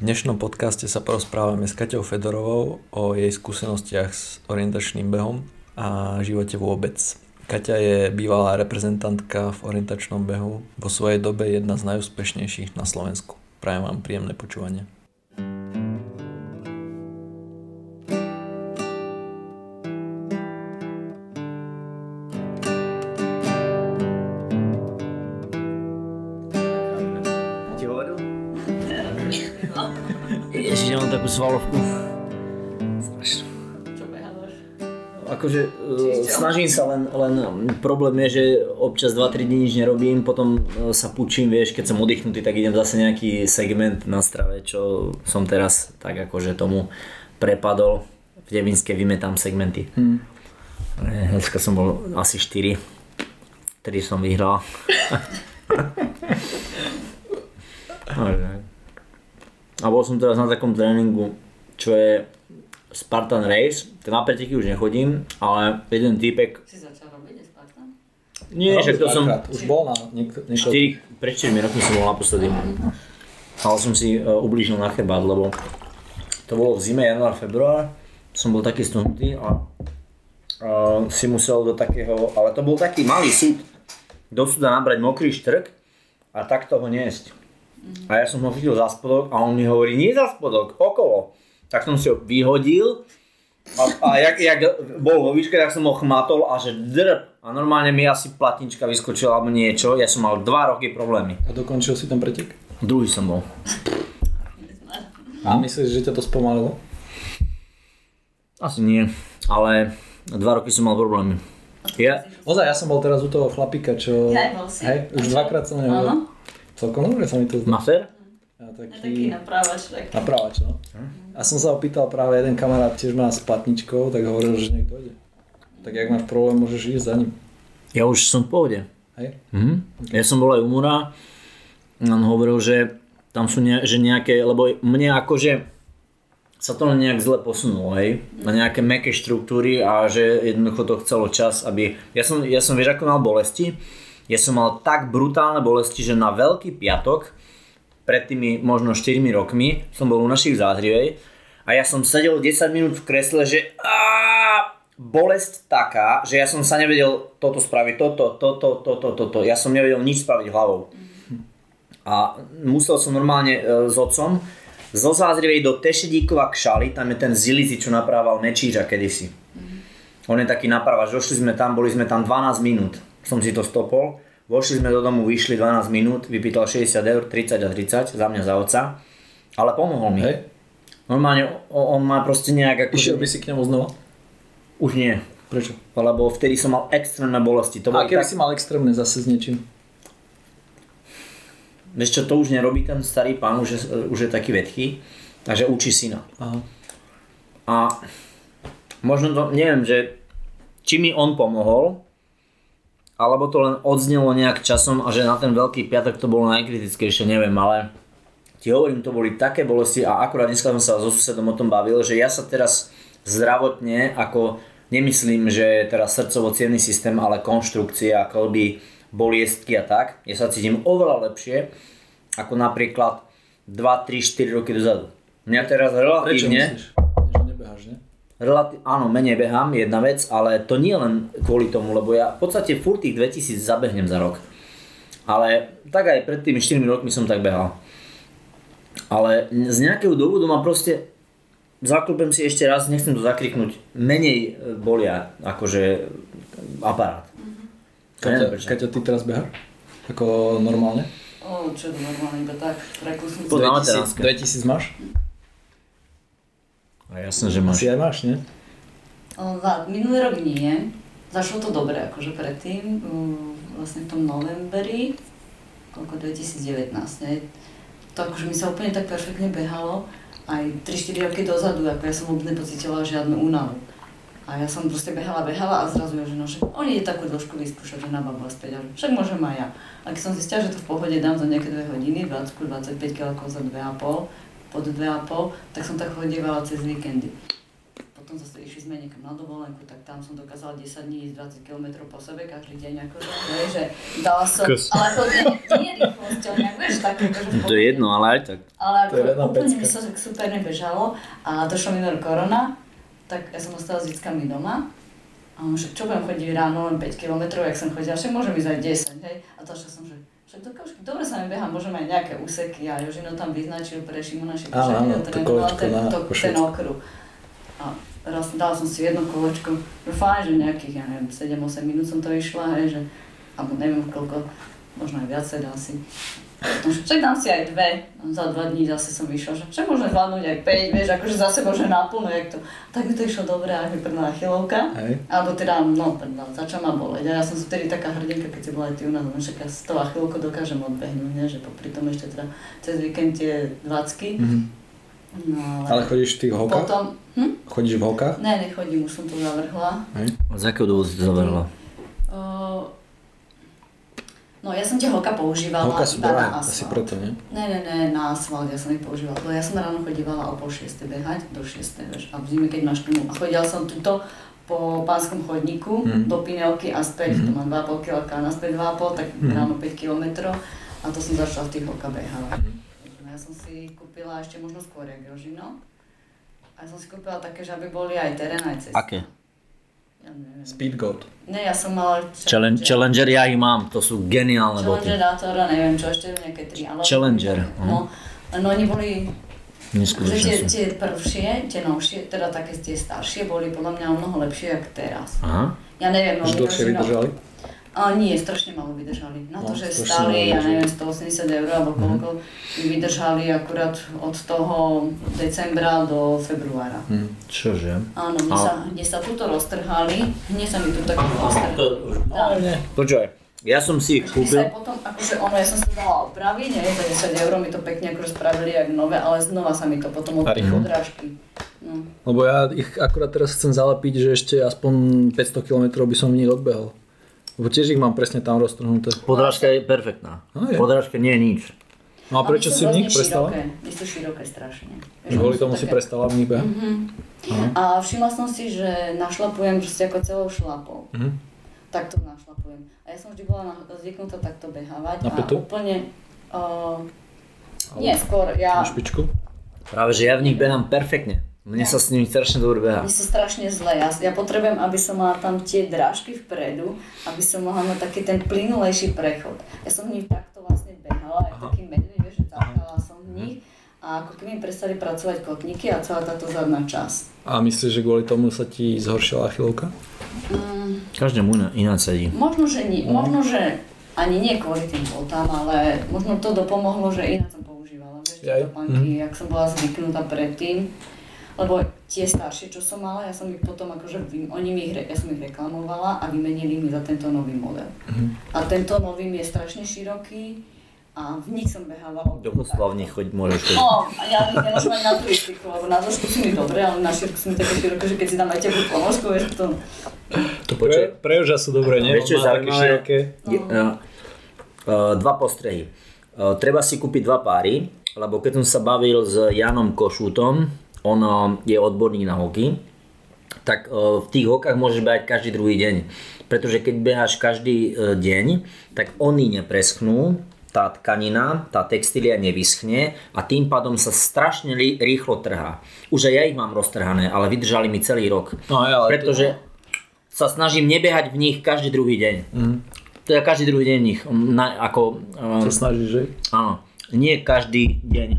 V dnešnom podcaste sa porozprávame s Kaťou Fedorovou o jej skúsenostiach s orientačným behom a živote vôbec. Kaťa je bývalá reprezentantka v orientačnom behu, vo svojej dobe jedna z najúspešnejších na Slovensku. Prajem vám príjemné počúvanie. Ježiš, ja mám takú svalovku. Čo behávaš? Akože e, Čiže čo? snažím sa len, len problém je, že občas 2-3 dní nič nerobím, potom e, sa pučím, vieš, keď som oddychnutý, tak idem zase nejaký segment na strave, čo som teraz tak akože tomu prepadol. V Devinske vymetám segmenty. Hm. Hmm. Dneska som bol asi 4, 3 som vyhral. Ale- A bol som teraz na takom tréningu, čo je Spartan Race. Na preteky už nechodím, ale jeden týpek... Si začal robiť Spartan? Nie, však to som... Už bol na niekto, niekto... 4, pred 4 rokmi som bol naposledy. Ale som si e, ublížil na chrbát, lebo to bolo v zime, január, február. Som bol taký stuhnutý a, a si musel do takého... Ale to bol taký malý súd. Do súda nabrať mokrý štrk a takto ho niesť. A ja som ho chytil za spodok a on mi hovorí, nie za spodok, okolo. Tak som si ho vyhodil a, a jak, jak bol vo výške, tak som ho chmatol a že drp. A normálne mi asi platnička vyskočila alebo niečo. Ja som mal 2 roky problémy. A dokončil si ten pretek? Druhý som bol. A myslíš, že ťa to spomalilo? Asi nie. Ale 2 roky som mal problémy. Ja, Ozaj, ja som bol teraz u toho chlapika, čo... Hej, bol si. Hej, už dvakrát som neho Áno. Celkom dobre sa mi to zdá. mafer? Ja Ja taký taký... naprávač taký. Naprávač, no. A som sa opýtal práve jeden kamarát, tiež má s platničkou, tak hovoril, že niekto ide. Tak jak máš problém, môžeš ísť za ním. Ja už som v pohode. Hej? Mhm. Ja som bol aj u Mura. On hovoril, že tam sú ne, že nejaké, lebo mne akože sa to len nejak zle posunulo, hej, na nejaké meké štruktúry a že jednoducho to chcelo čas, aby, ja som, ja som vieš, ako mal bolesti, ja som mal tak brutálne bolesti, že na veľký piatok, pred tými možno 4 rokmi, som bol u našich v Záhrivej a ja som sedel 10 minút v kresle, že aaa, bolesť taká, že ja som sa nevedel toto spraviť, toto, toto, toto, toto, ja som nevedel nič spraviť hlavou. A musel som normálne e, s otcom zo Zázrivej do Tešedíkova k Šali, tam je ten Zilici, čo naprával Mečíža kedysi. On je taký napravač, došli sme tam, boli sme tam 12 minút, som si to stopol, vošli sme do domu, vyšli 12 minút, vypýtal 60 eur, 30 a 30, za mňa za otca, ale pomohol mi. Hej? Normálne o- on má proste nejak ako... Išiel by si k nemu znova? Už nie, Prečo? lebo vtedy som mal extrémne bolesti. To A boli keby tak... si mal extrémne zase s niečím? Vieš čo, to už nerobí ten starý pán, už je, už je taký vetchý, takže učí syna. Aha. A možno to, neviem, že či mi on pomohol, alebo to len odznelo nejak časom a že na ten veľký piatok to bolo najkritickejšie, neviem, ale ti hovorím, to boli také bolesti a akurát dneska som sa so susedom o tom bavil, že ja sa teraz zdravotne ako nemyslím, že teraz srdcovo cievny systém, ale konštrukcia, kolby, boliestky a tak, ja sa cítim oveľa lepšie ako napríklad 2, 3, 4 roky dozadu. Mňa teraz Prečo relatívne... myslíš? Že nebeháš, ne? Relati- áno, menej behám, jedna vec, ale to nie len kvôli tomu, lebo ja v podstate furt tých 2000 zabehnem za rok. Ale tak aj pred tými 4 rokmi som tak behal. Ale z nejakého dôvodu ma proste, zaklopem si ešte raz, nechcem to zakriknúť, menej e, bolia akože aparát. Kaťa, Neviem prečo. Kaťa, ty teraz beháš? Ako normálne? Ó, čo to normálne, iba tak, prekusnúť. Podľa- Na 2000, veteránske. 2000 máš? A jasné, že máš. Asi aj máš, nie? Minulý rok nie. Zašlo to dobre, akože predtým, um, vlastne v tom novembri, koľko 2019, ne? To akože mi sa úplne tak perfektne behalo, aj 3-4 roky dozadu, ako ja som vôbec nepocítila žiadnu únavu. A ja som proste behala, behala a zrazu je, že no, že oni ide takú dĺžku vyskúšať, že na babu a späť, ale však môžem aj ja. A keď som zistila, že to v pohode dám za nejaké 2 hodiny, 20, 25 kg za 2,5, pod 2,5, tak som tak chodievala cez víkendy. Potom potom zase išli sme niekam na dovolenku, tak tam som dokázala 10 dní ísť 20 km po sebe každý deň, akože, hej, že dala som, Kus. ale to nie, nie rýchlosťou, nejak, vieš, tak, akože, v To je jedno, ale aj tak. ale To je jedna ako, úplne pecka. mi sa tak super nebežalo a došla mi do korona, tak ja som ostala s deckami doma. A on, že čo budem chodiť ráno len 5 km, jak som chodila, však môžem ísť aj 10, hej. A to som, že však do kašky, dobre sa mi beha, môžem aj nejaké úseky a Jožino tam vyznačil pre Šimona Šipša, Áno, áno, ja to trénovala kolečko ten, na to, ten Košicku. okruh. A raz dala som si jedno kolečko, že fajn, že nejakých, ja neviem, 7-8 minút som to išla, hej, že, alebo neviem koľko, možno aj viacej asi. Potom, že však dám si aj dve, No, za dva dní zase som išla, že však môžem zvládnuť aj 5, vieš, akože za sebou, že naplno, jak to. Tak mi to išlo dobre, až mi prdla chylovka. Hej. Alebo teda, no prdla, začala ma boleť. A ja som si vtedy taká hrdinka, keď si bola aj ty u nás, len však ja s tou chvíľko dokážem odbehnúť, ne? že popri tom ešte teda cez víkend tie dvacky. Mhm. No Ale ale, chodíš v tých hokách? potom, hm? Chodíš v hokách? Ne, nechodím, už som to zavrhla. Hej. Z akého dôvodu si to zavrhla? Uh, no ja som tie hoka používala Hoka sú iba na drahé, asi asfalt. preto, nie? Ne, ne, ne, na asfalt, ja som ich používala, lebo ja som ráno chodívala o pol šieste behať, do šieste, vieš, a v zime, keď máš tmu. A chodila som tuto po pánskom chodníku Mhm. do Pinelky a späť, Mhm. to mám 2,5 kg, naspäť 2,5, tak Mhm. ráno 5 km a to som začala v tých hoka behať. Mhm. No Ja som si kúpila ešte možno skôr, jak Jožino. A ja som si kúpila také, že aby boli aj terén, aj cesta. Aké? Ja neviem. Speed goat. Ne, ja som mala... Challenge, Challenger ja ich mám, to sú geniálne boty. Challenger, Datora, neviem čo, ešte nejaké tri. Ale... Challenger, No, no oni boli, že tie, Neskutočné sú. tie prvšie, tie novšie, teda také tie staršie, boli podľa mňa o mnoho lepšie, jak teraz. Aha. Ja neviem, Už oni dlhšie možno- vydržali? A nie, strašne malo vydržali. Na No, to, že strašne malo stali, ja vydržali. Mhm. neviem, 180 eur alebo koľko, vydržali akurát od toho decembra do februára. Hm. Čože? Áno, mne A- sa, mne sa tuto roztrhali, mne sa mi tu tak roztrhali. Áno. Počkaj, ja som si ich Ty sa aj kúpil. potom, akože ono, ja som si to dala opravy, nie, za 10 eur mi to pekne akože spravili jak nové, ale znova sa mi to potom od A tej rýchlo. odrážky. No. Lebo ja ich akurát teraz chcem zalepiť, že ešte aspoň 500 km by som v nich odbehol. Lebo tiež ich mám presne tam roztrhnuté. Podrážka je perfektná. No je. Podrážka nie je nič. No a prečo oni sú si v nich hrozne prestala? široké. Oni sú široké strašne. Vieš, Kvôli oni sú tomu si no? také- Mhm. prestala v nich behať? A všimla som si, že našlapujem proste ako celou šlapou. Mhm. Takto našlapujem. A ja som vždy bola na- zvyknutá takto behávať. Na a petu? úplne... Uh, nie, skôr ja... Na špičku? Práve, že ja v nich behám perfektne. Mne sa s nimi strašne dobre behá. Mne sa strašne zle. Ja, ja potrebujem, aby som mala tam tie drážky vpredu, aby som mohla mať taký ten plynulejší prechod. Ja som v nich takto vlastne behala, ako taký medveď, vieš, že tapkala som v nich. Mhm. A ako keby mi prestali pracovať kotníky a celá táto zadná časť. A myslíš, že kvôli tomu sa ti zhoršila chylovka? Mm, Každému iná, iná sedí. možno, že nie, možno, že ani nie kvôli tým botám, ale možno to dopomohlo, že iná som používala, vieš, tie Jaj. topánky, jak som bola zvyknutá predtým. Lebo tie staršie, čo som mala, ja som ich potom akože, vym- oni mi ich, re- ja som ich reklamovala a vymenili mi za tento nový model. A tento nový mi je strašne široký a v nich som behávala. Do kostla v nich choď, môžeš chodiť. No, a ja ich nemôžem ani na turistiku, lebo na dĺžku sú mi dobré, ale na šírku sú mi také široké, že keď si dám aj teplú ponožku, vieš, to... To pre, pre Joža sú dobré, nie? Vieš, čo je On má také zaujímavé? široké. Je, uh, uh, dva postrehy. Uh, treba si kúpiť dva páry, lebo keď som sa bavil s Janom Košútom, on uh, je odborník na hoky, tak uh, v tých hokách môžeš behať každý druhý deň. Pretože keď beháš každý uh, deň, tak oni nepreschnú, tá tkanina, tá textília nevyschne a tým pádom sa strašne li- rýchlo trhá. Už aj ja ich mám roztrhané, ale vydržali mi celý rok. No, hej, ale to- pretože sa snažím nebehať v nich každý druhý deň. Mhm. Teda každý druhý deň v nich. m, Na, ako, um, Sa snažíš, že? áno, nie každý deň.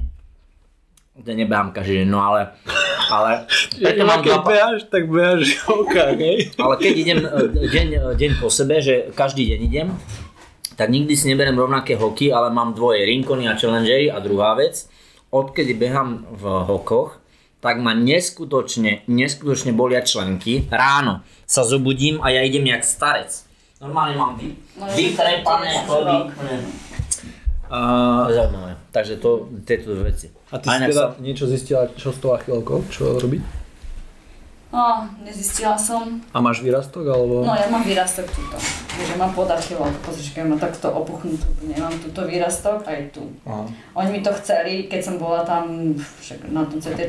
To nebehám každý deň, no ale... Ale, preto mám Keď dva, pa- behaš, tak behaš v hokách, hej? ale keď idem e, deň, e, deň po sebe, že každý deň idem, tak nikdy si neberem rovnaké hoky, ale mám dvoje Rinkony a Challengery a druhá vec, odkedy behám v hokoch, tak ma neskutočne, neskutočne bolia členky. Ráno sa zobudím a ja idem jak starec. Normálne mám vy, No, vykrepané to je chody. rok. A, No, Zaujímavé. Takže to, tieto dve veci. a ty si inak teda sa- niečo zistila, čo s tou achilkou, čo robiť? A No, nezistila som. A máš výrastok alebo? No ja mám výrastok tuto. Takže mám podarkilo, pozrieš, keď mám takto opuchnutú, nemám tuto výrastok aj tu. Aha. Oni mi to chceli, keď som bola tam však na tom CT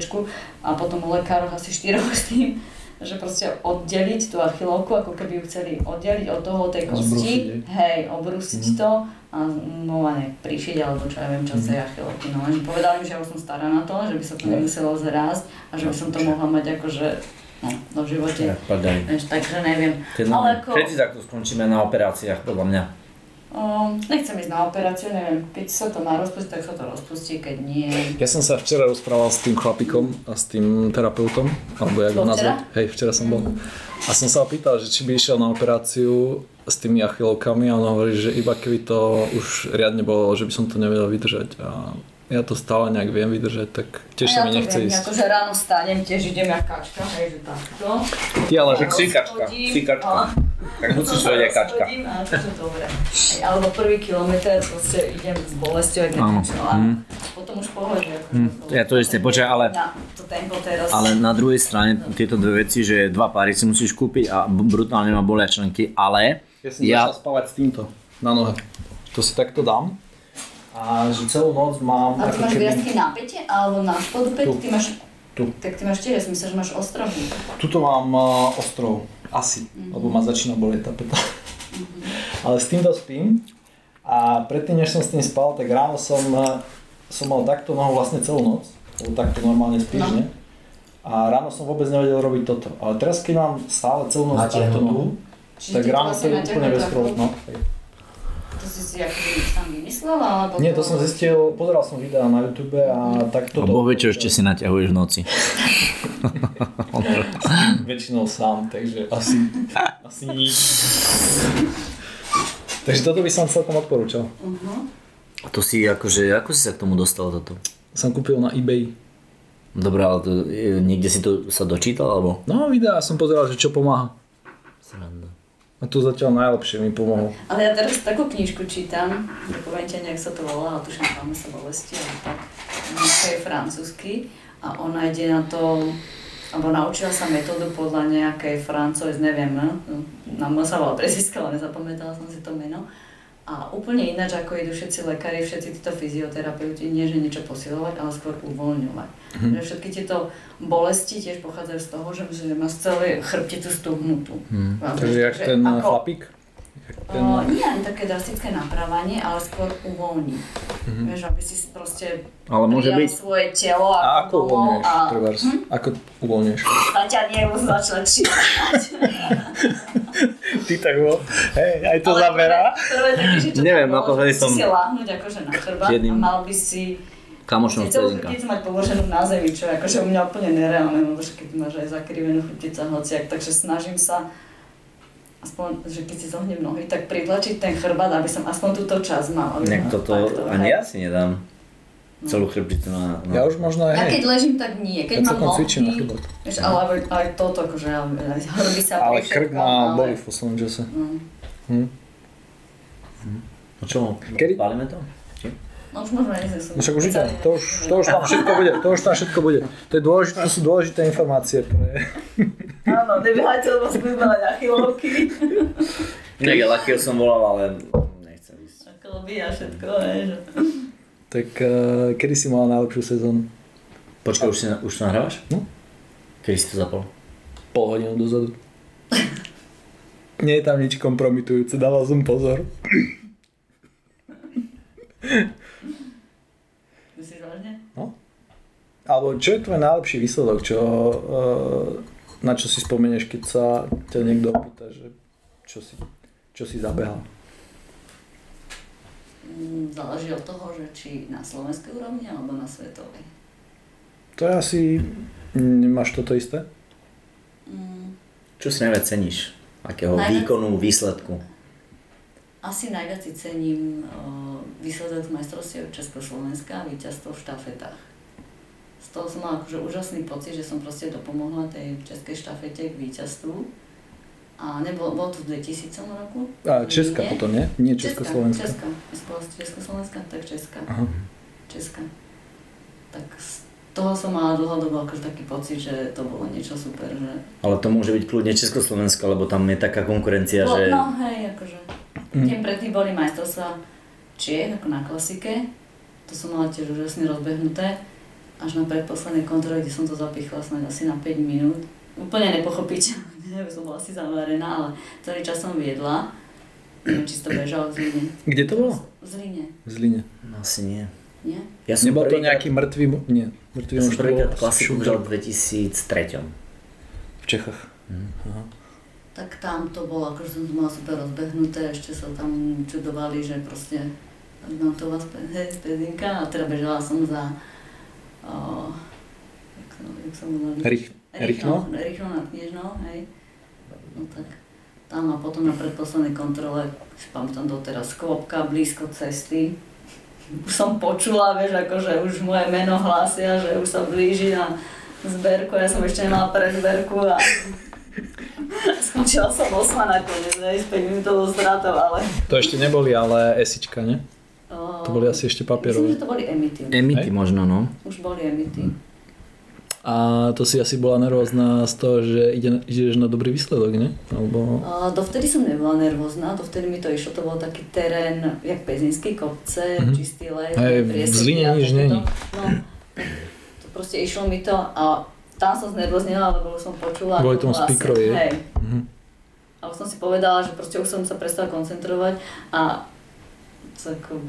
a potom u lekárov asi štyroch s tým, že proste oddeliť tú archilovku, ako keby ju chceli oddeliť od toho tej kosti, Zbrusiť, hej? hej, obrusiť Mhm. to a znova prišiť, alebo čo ja viem, čo z Mhm. tej archilovky. No len povedali mi, že ja už som stará na to, že by sa to nemuselo zrásť a že by som to mohla mať akože no, do živote. No, Ja, pardaj. Vieš, takže neviem. Keď nám, Ale ako... Všetci takto skončíme na operáciách, podľa mňa. Um, nechcem ísť na operáciu, neviem, keď sa to má rozpustiť, tak sa to rozpustí, keď nie. Ja som sa včera rozprával s tým chlapikom a s tým terapeutom, alebo jak To ho nazvať. včera? Mm. Hej, včera som bol. A som sa ho pýtal, že či by išiel na operáciu s tými achilovkami a on hovorí, že iba keby to už riadne bolo, že by som to nevedel vydržať. A ja to stále nejak viem vydržať, tak tiež A sa mi to nechce viem, ísť. Akože ráno stanem, tiež idem ja kačka, hej, že takto. Ty ale že... Ksikačka, Rozchodím, ksikačka. a- Tak musíš a vedieť kačka. rozchodím, A to je dobré. Hej, Alebo prvý kilometr, proste idem s bolesťou, jak Áno. niečo, a Mhm. Mm. potom už pohode. akože bolo. ja to isté, počkaj, ale- Na to tempo teraz. Ale na druhej strane tieto dve veci, že dva páry si musíš kúpiť a b- brutálne ma bolia členky, ale Ja som ja, začal spávať s týmto na nohe. To si takto dám a že celú noc mám A ty ako máš keby... viacky na pete, alebo na podupe, Tu. ty máš... Tu. Tak ty máš tiež, ja som myslela, že máš ostrovný. Tuto mám uh, ostrov. Asi. Mhm. Lebo ma začína bolieť tá peta. Ale s týmto spím. A predtým, než som s tým spal, tak ráno som, uh, som mal takto nohu vlastne celú noc. Lebo takto normálne spíš, No. ne? A ráno som vôbec nevedel robiť toto. Ale teraz, keď mám stále celú noc Natiahnutú. takto nohu, Čiže tak ty to ráno to vlastne je úplne naťahuješ bez na problémov. chod. No. To si si akoby sám vymyslela, alebo... Nie, to som zistil, pozeral som videa na YouTube a takto... Boh vie, čo ešte si naťahuješ v noci. väčšinou sám, takže asi, asi nič. Takže toto by som celkom odporúčal. Uh-huh. A to si akože, ako si sa k tomu dostal toto? Som kúpil na eBay. Dobre, ale to, e, niekde si to sa dočítal, alebo? No videa som pozeral, že čo pomáha. Sranda. A tu zatiaľ najlepšie mi pomohlo. Ale ja teraz takú knižku čítam, nepoviem ťa, nejak sa to volá, ale tuším, máme sa bolesti, ale tak. Knižka je francúzsky a ona ide na to, alebo naučila sa metódu podľa nejakej francúz, neviem, no, na mňa sa volá preziska, ale nezapamätala som si to meno. A úplne ináč, ako idú všetci lekári, všetci títo fyzioterapeuti, nie že niečo posilovať, ale skôr uvoľňovať. Že všetky tieto bolesti tiež pochádzajú z toho, že, že máš celý chrbticu stuhnutú. Hm. Vám Takže že- jak že ten ako- chlapík. Jak Ten, Uh, nie ani také drastické naprávanie, ale skôr uvoľní. Mhm. Mm-hmm. Vieš, aby si si proste Ale môže prijal byť. svoje telo a a, ako uvoľňuješ, a Hm? trebárs? Ako uvoľňuješ? zaťanie už začne čítať. Ty tak ho, hej, aj Ale Prvé, prvé také, že čo tam Neviem, bolo, naposledy že musíš som- si láhnuť akože na chrbát jedným- a mal by si Kamošom si celú vtelinka. chrbticu mať položenú na zemi, čo je akože u mňa úplne nereálne, lebo že keď máš aj zakrivenú chrbticu a hociak, takže snažím sa aspoň, že keď si zohnem nohy, tak pritlačiť ten chrbát, aby som aspoň túto časť mal. aby Niekto som to, takto, ani hej. ja si nedám. Celú chrbticu na... na... Ja už možno aj Ja hej. keď ležím, tak nie. Ja Keď mám celkom nohy, cvičím na chrbát. vieš, ale aj, aj toto, akože ja- ja- hrbí sa Ale pri krk všetkom, ma ale- boli v poslednom čase. No, Hm. No čo, Kedy- spálime to? no už možno nie som. No však už idem, to už, to už tam všetko bude, to už tam všetko bude. To, je dôležité, to sú dôležité informácie pre... Áno, nebiehajte, lebo sme mali achilovky. Tak ja Lakio som volal, ale nechcem ísť. Klby a všetko, vieš. Tak eh, kedy si mal najlepšiu sezónu? Počkaj, už, si, na- už to nahrávaš? No. Kedy si to zapol? pol hodinu dozadu. Nie je tam nič kompromitujúce, dával som pozor. Myslíš vážne? Alebo čo je tvoj najlepší výsledok, čo, eh, na čo si spomenieš, keď sa ťa niekto opýta, že čo si, čo si zabehal? Mm, Záleží od toho, že či na slovenskej úrovni alebo na svetovej. To je asi... Nemáš toto isté? Mm, Čo si najviac ceníš? Akého Najviac? výkonu, výsledku? Asi najviac si cením o, výsledok z majstrovstiev Československa a víťazstvo v štafetách. Z toho som mala akože úžasný pocit, že som proste dopomohla tej českej štafete k víťazstvu. A nebolo, bolo to v 2000 roku? A Česka Nie. potom, nie? Nie Česká, vlastne Československa. Česká. Spolo- Československá, tak Česká. Aha. Česká. Tak s- toho som mala dlhodobo akože taký pocit, že to bolo niečo super, že... Ale to môže byť kľudne Československo, lebo tam je taká konkurencia, Bol, že... No hej, akože. Mhm. Tým predtým boli majstrovstvá Čiech, ako na klasike. To som mala tiež úžasne rozbehnuté. Až na predposlednej kontrole, kde som to zapichla snáď asi na 5 minút. Úplne nepochopiteľne, som bola asi zavarená, ale celý čas som viedla. Neviem, či si to bežalo v Zlíne. Kde to bolo? V Zlíne, V Zlíne. No, asi nie. nie? Ja som Nebol to prvýkrát- nejaký mŕtvý... mu- Nie. Mŕtvý Ja som muž to bolo prvýkrát klasiku šup- videl v 2003. v Čechách. Aha. Tak tam to bolo, akože som to mala super rozbehnuté, ešte sa tam čudovali, že proste odnotová spezinka a teda bežala som za... O, jak, sa, jak sa volali? Rých- Rýchno? Rýchno na kniežno, hej. No tak tam a potom na predposlednej kontrole, si pamätám doteraz, kvopka blízko cesty. Už som počula, vieš, akože už moje meno hlásia, že už sa blíži na zberku, ja som ešte nemala pre zberku a skončila som osma nakoniec, hej, s 5 minútovou stratou, ale... To ešte neboli, ale esička, ne? o, To boli asi ešte Myslím, papierové. že to boli emity. Emity Hej. možno, no. Už boli emity. A to si asi bola nervózna z toho, že ide, ideš na dobrý výsledok, ne? Alebo... A Dovtedy som nebola nervózna, dovtedy mi to išlo, to bol taký terén, jak pezinský Mhm. kopce, mm-hmm. čistý les, Hej, v prieseky Zlíne a nič takéto. není. No, to proste išlo mi to a tam som znervoznila, lebo už som počula. Kvôli ako tomu hlásia. speakerovi, je? Hej, Mhm. a už som si povedala, že proste už som sa prestala koncentrovať a sa ako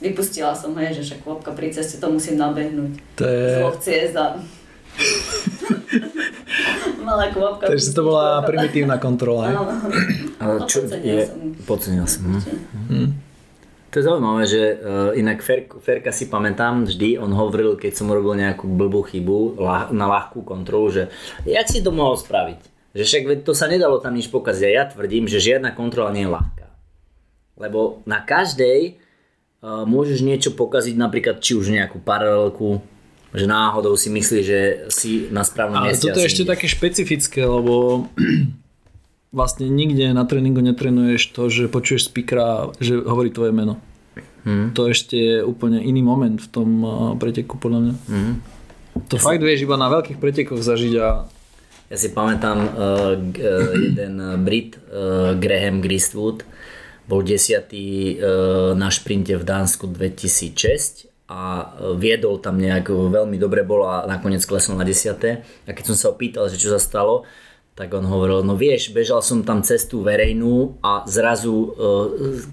vypustila som, hej, že však kvapka pri ceste, to musím nabehnúť. To je... Z lovcie za... Malá kvapka. Takže to bola primitívna kontrola. hej? Áno, Ale čo podcenila je... som. No, Podcenil som. Hm. Určite. Hm. To je zaujímavé, že uh, inak Fer, Ferka si pamätám vždy, on hovoril, keď som robil nejakú blbú chybu lah, na ľahkú kontrolu, že jak si to mohol spraviť? Že však veď to sa nedalo tam nič pokaziť. A ja tvrdím, že žiadna kontrola nie je ľahká. Lebo na každej uh, môžeš niečo pokaziť, napríklad či už nejakú paralelku, že náhodou si myslíš, že si na správnom Ale mieste. toto je ešte také špecifické, lebo vlastne nikde na tréningu netrenuješ to, že počuješ speakera, že hovorí tvoje meno. Hm. To ešte je úplne iný moment v tom eh, preteku, podľa mňa. Mm-hmm. To fakt vieš iba na veľkých pretekoch zažiť a Ja si pamätám uh, g- uh, jeden Brit, uh, Graham Gristwood, bol desiatý uh, na šprinte v Dánsku 2006 a uh, viedol tam nejak, uh, veľmi dobre bol a nakoniec klesol na desiaté. A keď som sa opýtal, že čo sa stalo, tak on hovoril, no vieš, bežal som tam cestu verejnú a zrazu uh,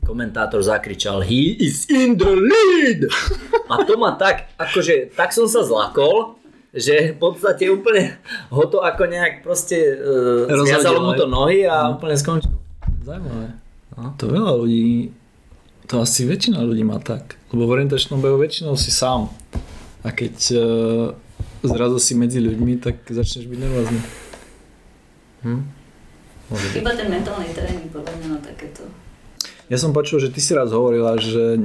komentátor zakričal He is in the lead! A to ma tak, akože, tak som sa zlakol, že v podstate úplne ho to ako nejak proste uh, Rozhodilo, zviazalo mu hej. to Mhm. nohy a úplne skončil. Zajímavé. No, To veľa ľudí, to asi väčšina ľudí má tak. Lebo v orientačnom behu väčšinou si sám. A keď e, zrazu si medzi ľuďmi, tak začneš byť nervózny. Iba ten mentálny tréning podľa mňa na takéto. Ja som počul, že ty si raz hovorila, že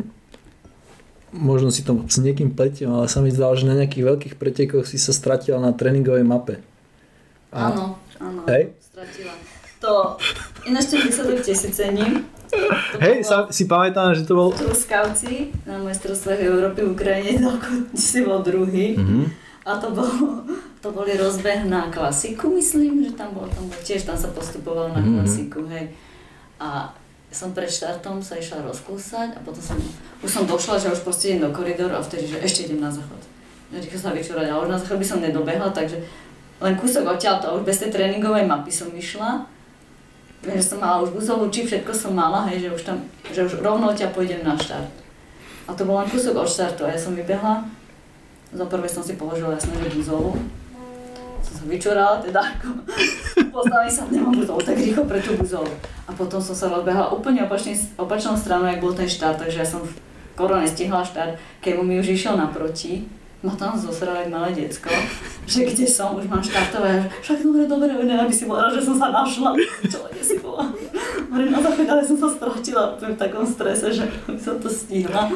možno si to s niekým pletiem, ale sa mi zdalo, že na nejakých veľkých pretekoch si sa stratila na tréningovej mape. A- Áno, áno, Hej. stratila. To, ináč to vysledujte si cením. To Hej, bolo sa, si pamätám, že to bol... v Truskavci na majstrovstvách Európy v Ukrajine, no, ako si bol Mhm. druhý. Mm-hmm. A to, bol, to boli rozbeh na klasiku, myslím, že tam bol, tam bol tiež tam sa postupoval na klasiku, hej. A som pred štartom sa išla rozkúsať a potom som, už som došla, že už proste idem do koridoru a vtedy, že ešte idem na záchod. Ja Rýchlo sa vyčúrať, ale už na záchod by som nedobehla, takže len kúsok odtiaľ to, už bez tej tréningovej mapy som išla. Viem, že som mala už guzovú či všetko som mala, hej, že už tam, že už rovno ťa pôjdem na štart. A to bol len kúsok od štartu a ja som vybehla. Za prvé som si položila jasné, že guzovú. Som sa vyčurala, teda ako poznali sa, nemám guzovú, tak rýchlo pre tú guzovú. A potom som sa rozbehla úplne opačný, opačnou stranou, jak bol ten štart, takže ja som skoro nestihla štart, keď mu mi už išiel naproti. Ma tam zosralo jak malé decko, že kde som, už mám štartové, že však dobre, dobre, ne, aby si bola, že som sa našla, čo kde si bola. Hovorím, no tak, ale som sa stratila v takom strese, že aby som to stihla.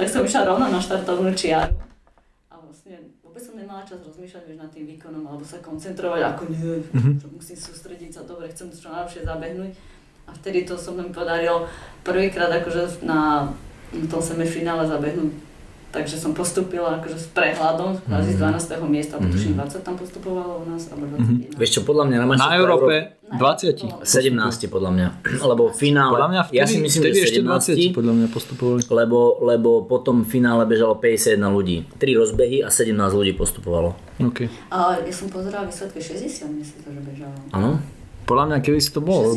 Tak som išla rovno na štartovnú čiaru. A vlastne vôbec som nemala čas rozmýšľať vieš, nad tým výkonom alebo sa koncentrovať, ako nie, čo musím sústrediť sa, dobre, chcem čo najlepšie zabehnúť. A vtedy to som mi podarilo prvýkrát akože na tom semifinále zabehnúť Takže som postupila akože s prehľadom, mm. z 12. miesta, mm. tuším 20 tam postupovalo u nás, alebo 21. Vieš čo, podľa mňa na, Na majstrovstvá Európe Na 20. 17 podľa mňa, lebo finále, Podľa mňa vtedy, ja si myslím, vtedy že ešte 20 17, podľa mňa postupovali. lebo, lebo potom v finále bežalo 51 ľudí, 3 rozbehy a 17 ľudí postupovalo. Okay. A ja som pozerala výsledky 60, myslím, že bežalo. Áno? Podľa mňa kedy si to bolo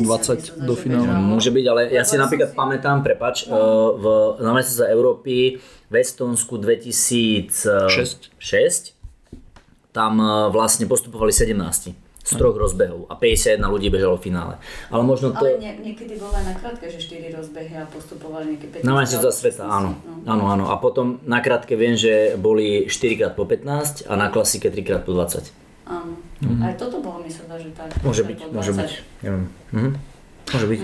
20 60 sa no. do začali finále. bežať. Môže byť, ale ja Lebo si ja som napríklad si- pamätám, prepač, No. eh, v, na mesiaca Európy v Estonsku 2006, Šesť. tam eh, vlastne postupovali 17 z troch No. rozbehov a 51 ľudí bežalo v finále. Ale možno to... Ale nie, niekedy bola na krátke, že 4 rozbehy a postupovali nejaké No, 15. Na majstrovstvá No, sveta, áno. Áno, áno. A potom na krátke viem, že boli 4x po 15 a na klasike 3x po 20. áno. Mm-hmm. Aj toto bolo, mi sa zdá, že tak. Mhm. Môže tak byť, po Mm, môže 20. byť. Neviem. Mhm. Môže byť.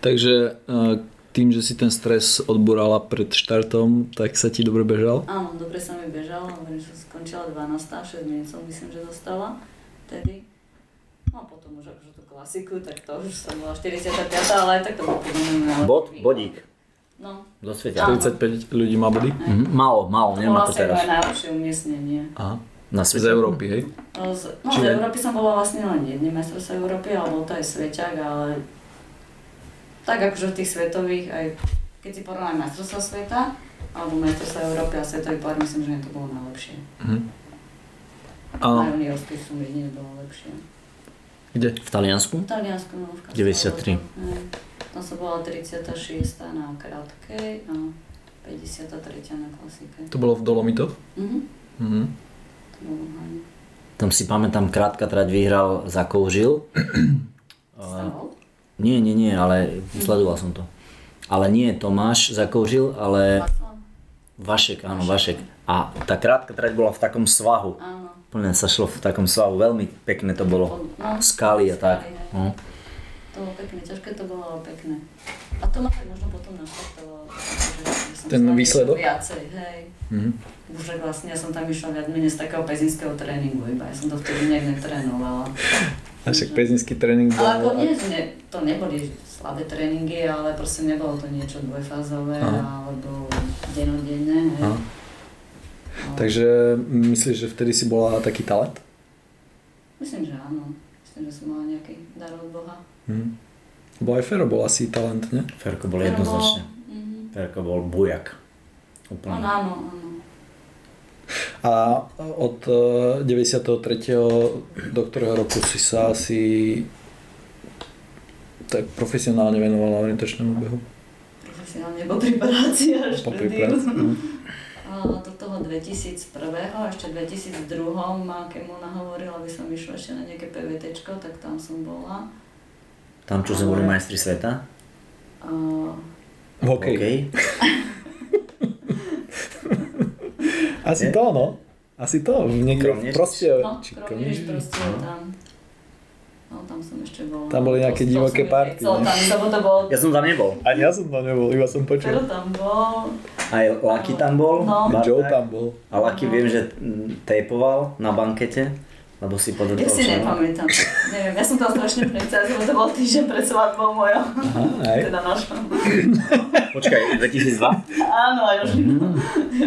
Takže eh, tým, že si ten stres odborala pred štartom, tak sa ti dobre bežal. Áno, dobre sa mi bežalo, hovorím, že som skončila 12, 6 minút som myslím, že dostala vtedy. No a potom už akože tú klasiku, tak to už som bola 45, ale aj tak to bolo podobné. Bod, bodík. No, Do sveta. Áno. 45 ľudí má body. Mhm. Malo, malo, to nemá bolo to asi moje teraz. najlepšie umiestnenie. Aha. Na Z Európy, hej? No, z, no Čiže- z Európy som bola vlastne len jedným majstrovstvom Európy, ale bol to aj Sveťák, ale tak akože v tých svetových, aj keď si porovnáme majstrovstvo sveta, alebo majstrovstvo Európy a svetový pohár, myslím, že to bolo najlepšie. Na Mhm. A juniorskej som jedine bolo lepšie. kde? V Taliansku? V Taliansku no, v 93. Kasparovu, hej. Tam som bola 36. na krátkej a 53. na klasike. To bolo v Dolomitoch? Mhm, Mhm. to bolo hej. Tam si pamätám, krátka trať vyhral za Koužil. Eh, Stavol? Nie, nie, nie, ale sledoval som to. Ale nie Tomáš zakoužil, ale Václav? Vašek, áno, Vašek. A tá krátka trať bola v takom svahu. Áno. Plne sa šlo v takom svahu, veľmi pekné to bolo. No, Skály a tak. skály, hej. No. To bolo pekné, ťažké to bolo, ale pekné. A to ma tak možno potom naštartovalo. že som Ten sa naučila výsledok? Viacej, hej. Mhm. Už tak vlastne ja som tam išla viac menej z takého pezinského tréningu iba. Ja som to vtedy nejak netrénovala. A však pezinský tréning Ale ako bol... nie, ne, to neboli slabé tréningy, ale proste nebolo to niečo dvojfázové Aha. alebo denodenné, hej. No, Aha. Takže mm, myslíš, že vtedy si bola taký talent? Myslím, že áno. Myslím, že som mala nejaký dar od Boha. Mhm. Lebo aj Fero bol asi talent, ne? Ferko bol Lebo- jednoznačne. Mhm. Ferko bol bujak. Áno, Úplne. áno, áno. A od eh, 93. do ktorého roku si sa asi tak profesionálne venovala orientačnému behu? Profesionálne po preparácii až Po vtedy. príprave? Mhm. A do toho 2001. ešte 2002. ma Kemu nahovorila, aby som išla ešte na nejaké PVTčko, tak tam som bola. Tam, čo sme boli majstri sveta. A V hokeji. Okay. Asi to, no. Asi to. Niekde, Kromnič? proste, no, či Kromnič Kromnič? proste tam. No, tam som ešte bola. Tam boli nejaké To- to divoké som party, nechcela ne? Tam, lebo to bol... Ja som tam nebol. Ani ja som tam nebol, iba som Pero počul. tam bol. Aj Lucky tam bol. No. Barták. Joe tam bol. A Lucky viem, že mm, tejpoval na bankete, lebo si podrtal Ja no. si členok. nepamätám. Neviem, ja som tam strašne prechcela, lebo to bol týždeň pred svadbou mojou. Aha, aj. Teda našou. Počkaj, 2002? Áno, a Jožino, Mhm.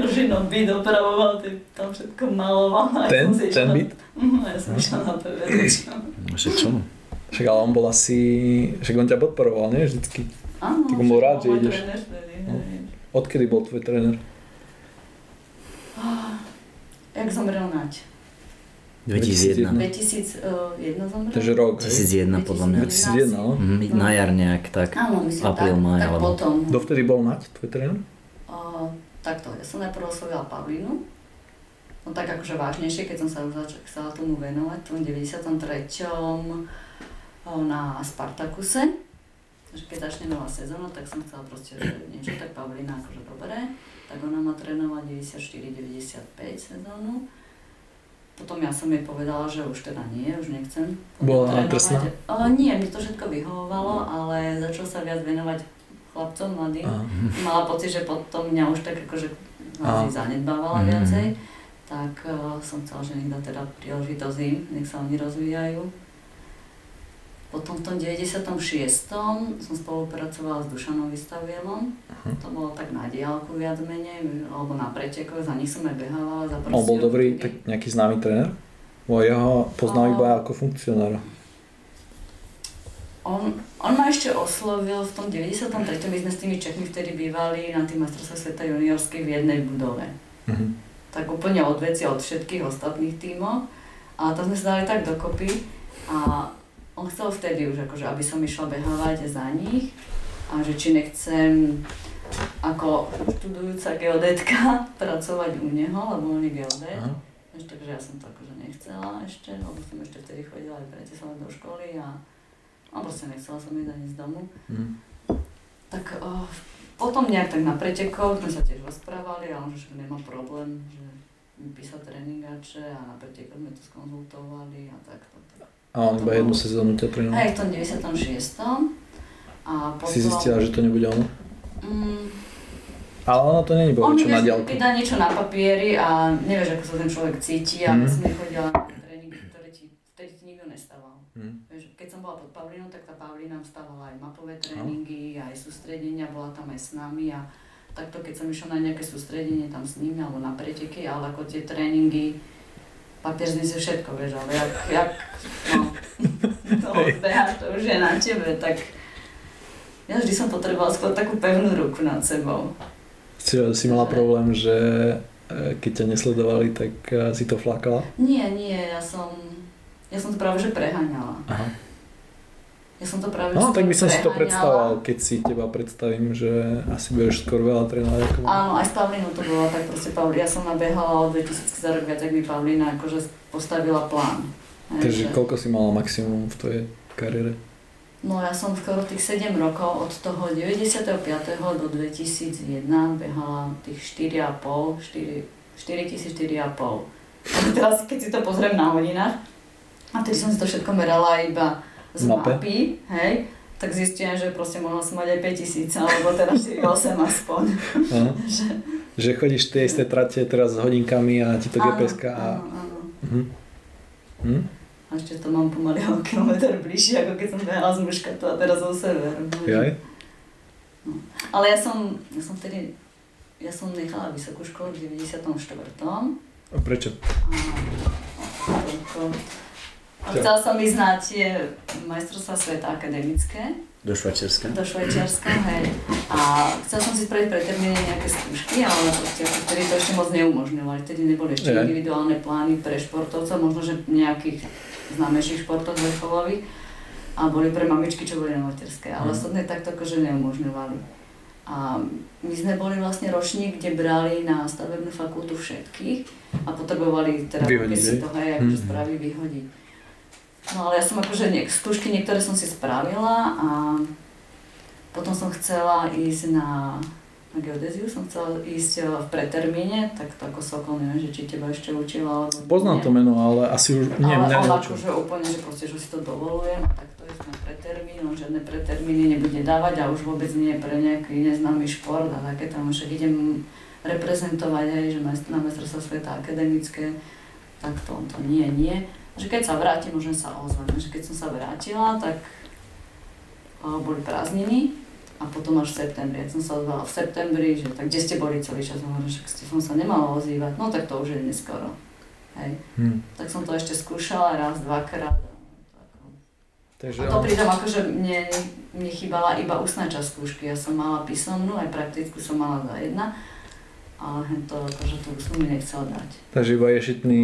Jožino byt opravoval, ty tam všetko maloval. a ja Ten? som si Ten išla- byt? Mhm, Ja som išla na PVDčko. Však čo? Však ale on bol asi... Však on ťa podporoval, nie? Vždycky. Áno, Tak on bol rád, že môj ideš. No. tréner vtedy, hej. Odkedy bol tvoj tréner? Mhm. Jak zomrel Naď? Hm. eh, 2001. 2001 zomrel? Takže rok, hej? 2001 podľa mňa. 2001, no. Mhm, Na jar nejak tak. Áno, myslím, Apríl, tak, maj, tak alebo- potom. Dovtedy bol Nať, tvoj tréner? O, takto, ja som najprv oslovila Pavlinu, no tak akože vážnejšie, keď som sa už zač- chcela tomu venovať, v tom 93. o, na Spartakuse, že keď začne nová sezóna, tak som chcela proste robiť niečo, tak Pavlina akože dobre, tak ona ma trénovala 94-95 sezónu, potom ja som jej povedala, že už teda nie, už nechcem. Bola trénovať. drsná? O, nie, mne to všetko vyhovovalo, ale začal sa viac venovať chlapcom mladým Aha. mala pocit, že potom mňa už tak akože A. asi zanedbávala Mm-hmm. Mhm. viacej, tak eh, som chcela, že nech dá teda príležitosť im, nech sa oni rozvíjajú. A Potom v tom 96. som spolupracovala s Dušanom Vystavielom. Mhm. To bolo tak na diálku viac menej, alebo na pretekoch, za nich som aj behala. Za On bol prstioky. dobrý, tak nejaký známy tréner? Bo ja ho poznám iba ako funkcionára. On, on ma ešte oslovil v tom 93. My sme s tými Čechmi vtedy bývali na tým majstrovstve sveta juniorských v jednej budove. Mhm. Tak úplne od veci od všetkých ostatných tímov. A tam sme sa dali tak dokopy. A on chcel vtedy už, akože, aby som išla behávať za nich. A že či nechcem ako študujúca geodetka pracovať u neho, lebo on je geodet. Aha. Ešte, takže ja som to akože nechcela ešte, lebo som ešte vtedy chodila aj v Bratislave do školy a, a proste nechcela som ísť ani z domu. Mhm. Tak o, potom nejak tak na pretekoch sme sa tiež rozprávali a on že nemá problém, že mi písa tréningače a na pretekoch sme to skonzultovali a takto. A on iba jednu sezónu ťa trénoval. Hej, v tom 96. A potom... No. Si zistila, že to nebude ono? Mm, Ale ono to není bolo on mi čo na vieš, diaľku. keď dá niečo na papieri a nevieš, ako sa ten človek cíti a Mhm. mm. sme chodila na tréningy, ktoré ti, ktoré ti nikto nestával. Mhm. Vieš, keď som bola pod Pavlínou, tak tá Pavlína nám stávala aj mapové tréningy, aj sústredenia, bola tam aj s nami a takto keď som išla na nejaké sústredenie tam s nimi alebo na preteky, ale ako tie tréningy, papier znesie všetko, vieš, ale jak, jak no, to odbeháš, to už je na tebe, tak ja vždy som potrebovala skôr takú pevnú ruku nad sebou. Si, si mala problém, že e, keď ťa nesledovali, tak e, si to flakala. Nie, nie, ja som, ja som to práve že preháňala. Aha. Ja som to práve No, že tak by som si to preháňala. predstavoval, keď si teba predstavím, že asi budeš skôr veľa trénovať ako on. Áno, aj s Pavlínou to bolo tak proste, Pavli, ja som nabehala o 2000 za rok viac, ak mi Pavlína akože postavila plán. Hej, Takže že- koľko si mala maximum v tvojej kariére? No ja som skoro tých 7 rokov, od toho 95. do 2001 behala tých 4,5, 4, 4004,5. Ale teraz, keď si to pozriem na hodinách, a vtedy som si to všetko merala iba z Mape. mapy, hej, tak zistím, že proste mohla som mať aj 5000, alebo teda 4,8 aspoň. Aha. Že chodíš tie isté trate teraz s hodinkami a ti to Áno, gps a... áno, áno. Mhm. Hm? A ešte to mám pomaly o kilometr bližšie, ako keď som behala z Muškatu a teraz zo severu. Jaj? Ale ja som, ja som vtedy, ja som nechala vysokú školu v 94. A A prečo? toľko. A chcela som ísť na tie majstrovstvá sveta akademické Do Švajčiarska. do Švajčiarska, hej. A chcela som si spraviť pre termíny nejaké skúšky, ale proste ako vtedy to ešte moc neumožňovali. Vtedy neboli ešte Je. individuálne plány pre športovcov, možno že nejakých známejších športov vrcholových. A boli pre mamičky, čo boli na materské, Mhm. ale ostatné takto akože neumožňovali. A my sme boli vlastne ročník, kde brali na stavebnú fakultu všetkých a potrebovali teda, Vyhodiť, keď si hej? to hej, akože Mhm. spraví, vyhodiť. No ale ja som akože niek- skúšky niektoré som si spravila a potom som chcela ísť na, na geodéziu, som chcela ísť e, v pretermíne, tak to ako Sokol, neviem, že či teba ešte učila, alebo Poznám nie. to meno, ale asi už... Nie, ale mňa on neučil. akože úplne, že proste, že si to dovolujem, a tak to je na pretermín, on žiadne pretermíny nebude dávať a už vôbec nie pre nejaký neznámy šport a také tam, však idem reprezentovať aj, že majst- na majstrovstvá sveta akademické, tak to, to nie, nie. Že keď sa vrátim, môžem sa ozvať. Že keď som sa vrátila, tak o, boli prázdniny a potom až v septembri. Ja som sa ozvala v septembri, že tak kde ste boli celý čas, hovorím, že ste som sa nemala ozývať, no tak to už je neskoro. Hej. Hm. Tak som to ešte skúšala raz, dvakrát. Takže A to pritom akože mne, mne chýbala iba ústna časť skúšky. Ja som mala písomnú, aj praktickú som mala za jedna, ale hen to akože tú ústnu mi nechcel dať. Takže iba ješitný...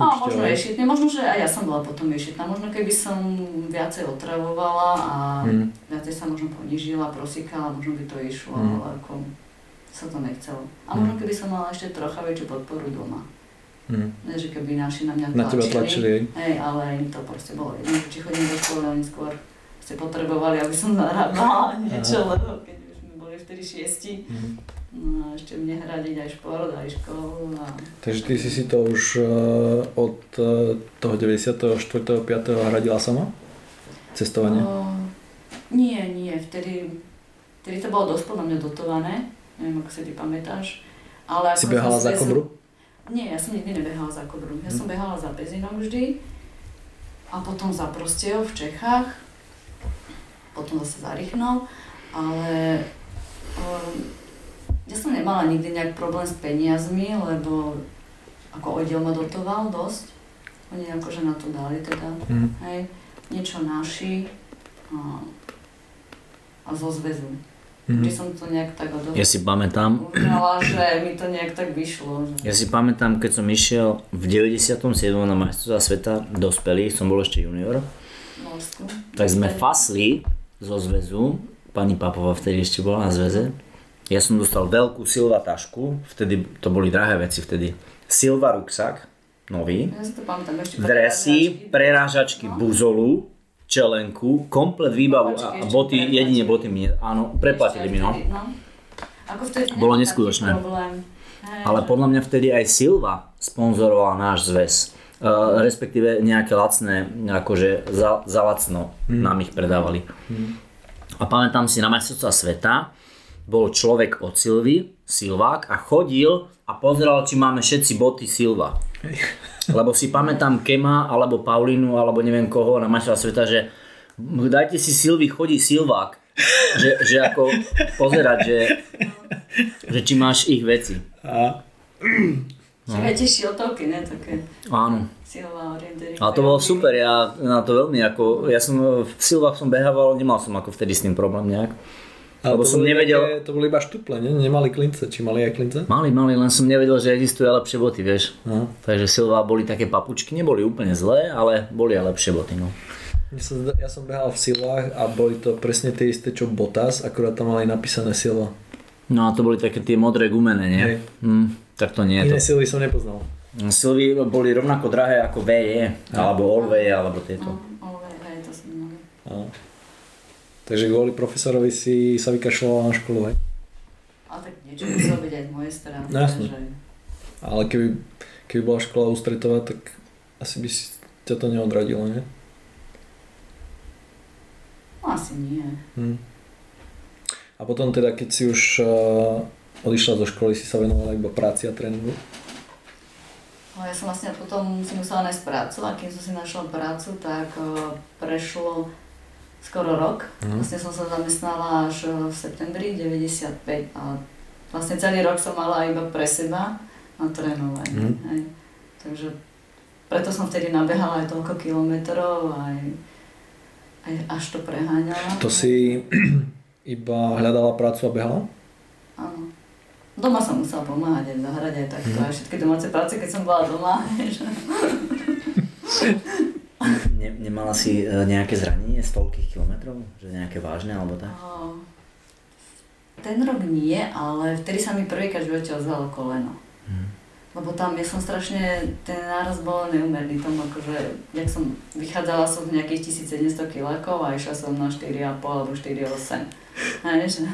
A možno ješitný, možno, že aj ja som bola potom ješitná. Možno keby som viacej otravovala a Hm. viacej sa možno ponížila, prosíkala, možno by to išlo, Mm. ale ako sa to nechcelo. A Mm. možno keby som mala ešte trocha väčšiu podporu doma. Hm. Ne, že keby naši na mňa Na teba tlačili, hej? Hej, ale im to proste bolo jedno, že či chodím do školy, oni skôr ste potrebovali, aby som zarábala niečo, lebo keď už sme boli vtedy šiesti, Hm. no a ešte mne hradiť aj šport, aj školu a... Takže ty si si to už e, od e, toho 94. 5. hradila sama? Cestovanie? O, No. nie, nie, vtedy, vtedy to bolo dosť podľa mňa dotované, neviem, ako si ty pamätáš, ale... Si ako behala som- za ja som- kobru? Mhm. Nie, ja som nikdy nebehala za kobru. Ja som behala za pezinom vždy. a potom za Prostejov v Čechách, potom zase za Rychnov, ale um, ja som nemala nikdy nejak problém s peniazmi, lebo ako oddiel ma dotoval dosť, oni akože na to dali teda, Mhm. hej, niečo naši a, a zo zväzu. Mhm. Že som to nejak tak Ja odovzdala, si pamätám, že mi to nejak tak vyšlo. Že... ja si pamätám, keď som išiel v 97. na majstrovstvá sveta dospelých, som bol ešte junior, Norsku. tak sme fasli zo zväzu, pani Papova vtedy ešte bola na zväze. Ja som dostal veľkú Silva tašku, vtedy to boli drahé veci vtedy. Silva ruksak, nový, Ja si to pamätám ešte. dresy, prerážačky buzolu, čelenku, komplet výbavu a a boty, jedine boty mi, ne- áno, preplatili mi no. Ako vtedy Bolo nebol neskutočné. taký Problém. Hej, Ale podľa mňa vtedy aj Silva sponzorovala náš zväz. Eh, respektíve nejaké lacné, akože za, za lacno nám ich predávali. A pamätám si, na majstrovstvá sveta bol človek od Silvy, Silvák, a chodil a pozeral, či máme všetci boty Silva. Lebo si pamätám Kema, alebo Paulínu, alebo neviem koho na majstrovstvá sveta, že "M, dajte si Silvi, chodí Silvák. Že, že ako pozerať, že, že či máš ich veci. No. Čiže aj tie šiltovky, ne, také Áno. silová orientery. A to bolo super, ja na to veľmi ako, ja som v Silvách som behával, nemal som ako vtedy s tým problém nejak. Ale Lebo to som boli nevedel- No. Také, to boli iba štuple, ne? nemali klince, či mali aj klince? Mali, mali, len som nevedel, že existujú aj lepšie boty, vieš. No. Takže Silva boli také papučky, neboli úplne zlé, ale boli aj lepšie boty, no. Mne sa zdá- Ja som behal v silách a boli to presne tie isté, čo Botas, akurát tam mali napísané silo. No a to boli také tie modré gumené, nie? Hej. Hm, tak to nie je to. Iné sily som nepoznal. Silvy boli rovnako drahé ako VE, alebo All VE, alebo tieto. No, hej, to som mala. A. Takže kvôli profesorovi si sa vykašľoval na školu, hej? A tak niečo muselo byť aj z mojej strany. No jasne. že- Ale keby, keby bola škola ústretová, tak asi by si ťa to neodradilo, ne? No asi nie. Hm. A potom teda, keď si už uh, odišla zo školy, si sa venovala iba práci a tréningu. Ale ja som vlastne potom si musela nájsť prácu a keď som si našla prácu, tak eh, prešlo skoro rok. Mhm. Vlastne som sa zamestnala až eh, v septembri 95 a vlastne celý rok som mala iba pre seba na trénovanie. Mhm. Hej. Takže preto som vtedy nabehala aj toľko kilometrov, aj, aj až to preháňala. To si iba hľadala prácu a behala? Áno. Doma som musela pomáhať aj v záhrade, aj takto, Mhm. aj všetky domáce práce, keď som bola doma. Že... Ne, nemala si e, nejaké zranenie z toľkých kilometrov? Že nejaké vážne alebo tak? Á, Ten rok nie, ale vtedy sa mi prvýkrát v živote ozvalo koleno. Lebo tam ja som strašne, ten náraz bol neumerný tom, akože, jak som vychádzala som z nejakých 1700 kilákov a išla som na 4,5 alebo 4,8. Hej, že?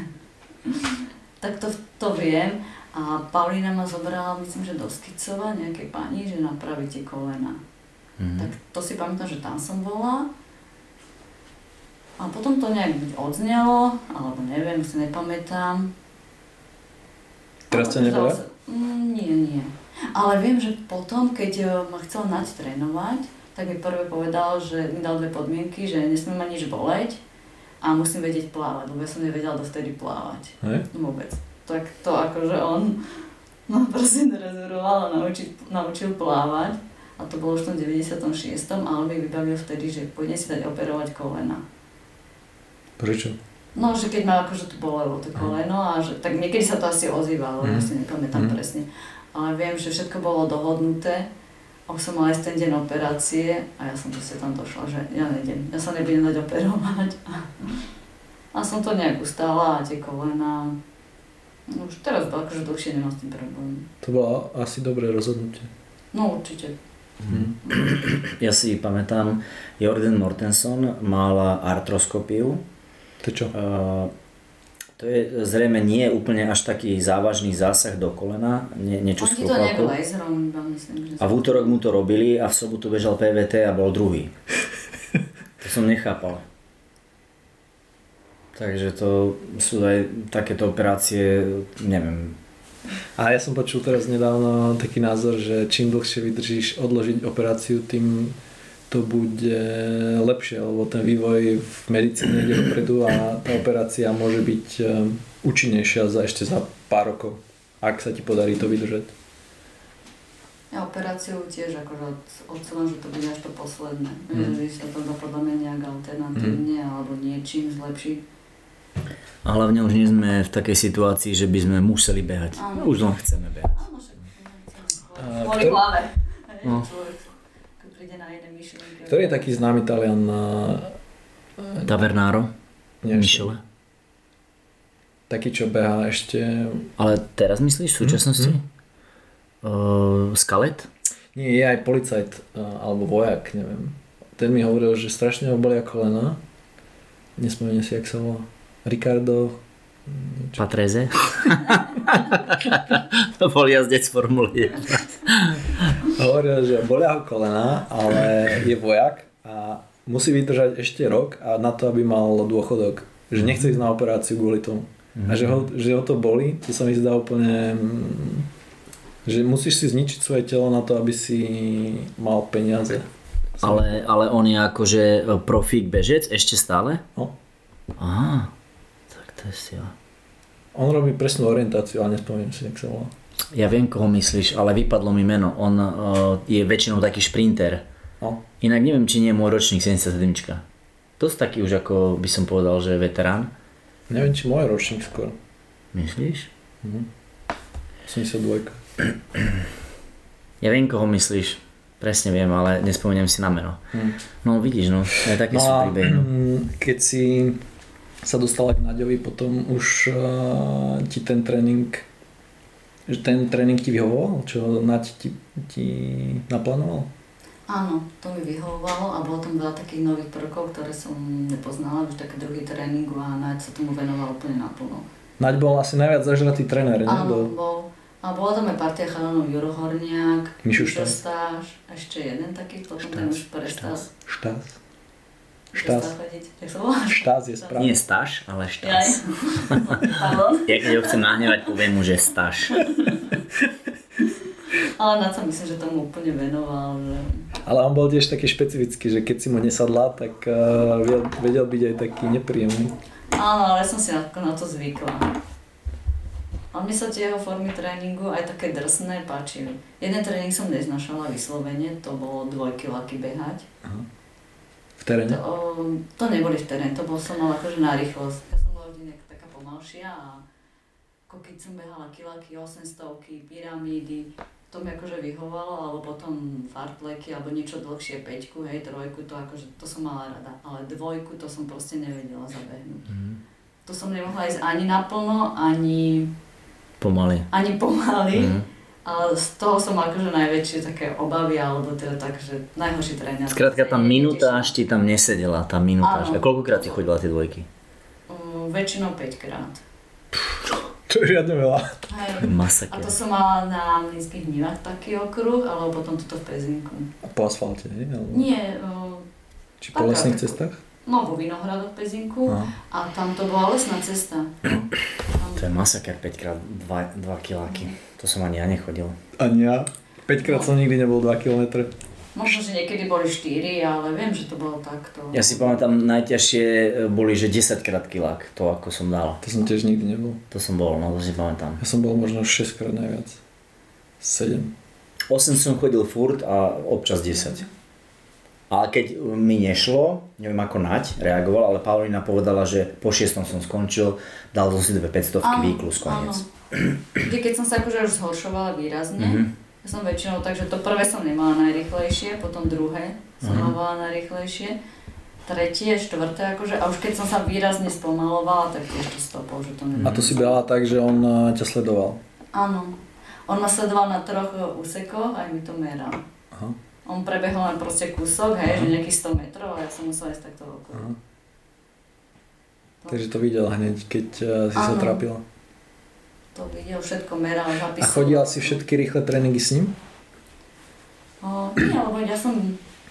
tak to, to viem. A Paulína ma zobrala, myslím, že do Skicova nejakej pani, že napravíte kolena. Mhm. Tak to si pamätám, že tam som bola. A potom to nejak buď odznelo, alebo neviem, už si nepamätám. Teraz ťa nebolia? Zdalo sa- Mm, nie, nie. Ale viem, že potom, keď e, ma chcel Nať trénovať, tak mi prvé povedal, že mi dal dve podmienky, že nesmie ma nič boleť a musím vedieť plávať, lebo ja som nevedela dovtedy plávať. Hej? Vôbec. Tak to akože on ma proste nerezoroval a naučil, naučil plávať. A to bolo už v tom 96. a on mi vybavil vtedy, že pôjde si dať operovať kolena. Prečo? No, že keď ma akože tu bolelo Mhm. to koleno a že, tak niekedy sa to asi ozývalo, Mm. mm. si nepamätám Mhm. Mm. presne. Ale viem, že všetko bolo dohodnuté. A Už som mala aj ten deň operácie a ja som proste tam došla, že ja nejdem, ja sa nebudem dať operovať. A som to nejak ustála a tie kolena... No už teraz to akože dlhšie nemám s tým problém. To bolo asi dobré rozhodnutie. No určite. Mhm. Ja si pamätám, Jordan Mortenson mala artroskopiu. To čo? E, To je zrejme nie úplne až taký závažný zásah do kolena, nie, niečo On s ti to nejak chrupákou. laserom, iba myslím, že... A v útorok mu to robili a v sobotu bežal PVT a bol druhý. To som nechápal. Takže to sú aj takéto operácie, neviem. A ja som počul teraz nedávno taký názor, že čím dlhšie vydržíš odložiť operáciu, tým to bude lepšie, lebo ten vývoj v medicíne ide dopredu a tá operácia môže byť ehm, účinnejšia za ešte za pár rokov, ak sa ti podarí to vydržať. A operáciu tiež akože od, odsúvam, že to bude až to posledné. Mhm. Mm. Že sa to dá podľa mňa nejak alternatívne mm. alebo niečím zlepšiť. A hlavne už nie sme v takej situácii, že by sme museli behať. Áno. Už len chceme behať. Áno, však kvôli ktorý- hlave. Hej, Človek keď príde na jedné myšlienky. Ktorý No. je taký známy Talian ehm, na... Tavernáro, neviem, Michele. Taký, čo beha ešte... Ale teraz myslíš v súčasnosti? Uh, skalet? Nie, je aj policajt, eh, alebo vojak, neviem. Ten mi hovoril, že strašne ho bolia kolena. Nespomeniem si, jak sa volá. Ricardo... Patreze? to bol jazdec Formuly. Hovoril, že bolia ho kolena, ale je vojak a musí vydržať ešte rok a na to, aby mal dôchodok. Že nechce ísť na operáciu kvôli tomu. A že ho, že ho to boli, to sa mi zdá úplne... mm, Že musíš si zničiť svoje telo na to, aby si mal peniaze. Ale, ale on je akože profík bežec ešte stále? No. Aha, tak to je sila. On robí presnú orientáciu, ale nespomínam si, jak sa volá. Ja viem, koho myslíš, ale vypadlo mi meno. On uh, je väčšinou taký šprinter. No. Inak neviem, či nie je môj ročník 77. Dosť taký už ako by som povedal, že veterán. Neviem, či môj ročník skôr. Myslíš? 82. Ja viem, koho myslíš. Presne viem, ale nespomeniem si na meno. Hm. No vidíš, no. Aj také No sú a príbehy. No. mm, keď si sa dostala k Naďovi, potom už uh, ti ten tréning že ten tréning ti vyhovoval, čo Naď ti, ti naplánoval? Áno, to mi vyhovovalo a bolo tam veľa takých nových prvkov, ktoré som nepoznala, už taký druhý tréning a Náď sa tomu venoval úplne naplno. Naď bol asi najviac zažratý tréner, ne? Áno, Bol- bol. A bola tam aj partia chalanov Juro Horniak, Mišo Štás. Štáš, ešte jeden taký, potom ten už prestal Štás. prestal Štás. chodiť. Tak sa volá? Štás je správne. Nie stáž, ale Jaj. štás. Pardon. Ja keď ho chcem nahnevať, poviem mu, že stáž. Ale na to myslím, že tomu úplne venoval, že... Ale on bol tiež taký špecifický, že keď si mu nesadla, tak uh, vedel byť aj taký nepríjemný. Áno, ale som si na, na to zvykla. A mne sa tie jeho formy tréningu aj také drsné páčili. Jeden tréning som neznašala vyslovene, to bolo dvojky laky behať. V teréne. To, No. o, to neboli v teréne, to bol som mal akože na rýchlosť. Ja som bola vždy nejak taká pomalšia a ako keď som behala kilaky, 800 pyramídy, to mi akože vyhovalo, alebo potom fartleky, alebo niečo dlhšie, peťku, hej, trojku, to akože, to som mala rada, ale dvojku to som proste nevedela zabehnúť. Mhm. To som nemohla ísť ani naplno, ani, Pomaly. ani pomaly, Mhm. ale z toho som mala akože najväčšie také obavy, alebo teda tak, že najhorší tréner. Skrátka tá minúta až ti tam nesedela, tá minúta až. A Áno. koľkokrát si chodila tie dvojky? Mm, väčšinou 5 krát. To je žiadne veľa. Hej. A Masaker. to som mala na Mlinských nivách taký okruh, alebo potom tuto v Pezinku. Po asfalte, nie? Alebo- Nie, o, Či po lesných cestách? no vo Vinohradoch v Pezinku No. Aha. a tam to bola lesná cesta. To je masaker 5x2 kiláky. To som ani ja nechodil. Ani ja. 5 krát som nikdy nebol 2 km. Možno, že niekedy boli 4, ale viem, že to bolo takto. Ja si pamätám, najťažšie e, boli, že 10 krát kilák, to ako som dal. To som tiež nikdy nebol. To som bol, no to si pamätám. Ja som bol možno 6 krát najviac. 7. 8 som chodil furt a občas 10. A keď mi nešlo, neviem ako Nať reagoval, ale Paulina povedala, že po 6 som skončil, dal som si dve 500 výklus koniec. Vždy, keď som sa akože už zhoršovala výrazne, Mhm. ja som väčšinou, takže to prvé som nemala najrychlejšie, potom druhé som Mhm. mávala najrychlejšie, tretie, štvrté akože, a už keď som sa výrazne spomalovala, tak tiež to stopol, že to A nemá. to si behala tak, že on eh, ťa sledoval. Áno. On ma sledoval na troch e, úsekoch a aj mi to meral. Aha. On prebehol len proste kúsok, hej, Mhm. že nejakých 100 metrov a ja som musela ísť takto Aha. okolo. Takže to videl hneď, keď eh, si sa Áno. trápila. To videl, všetko meral, A zapisoval. chodila si všetky rýchle tréningy s ním? O, nie, lebo ja som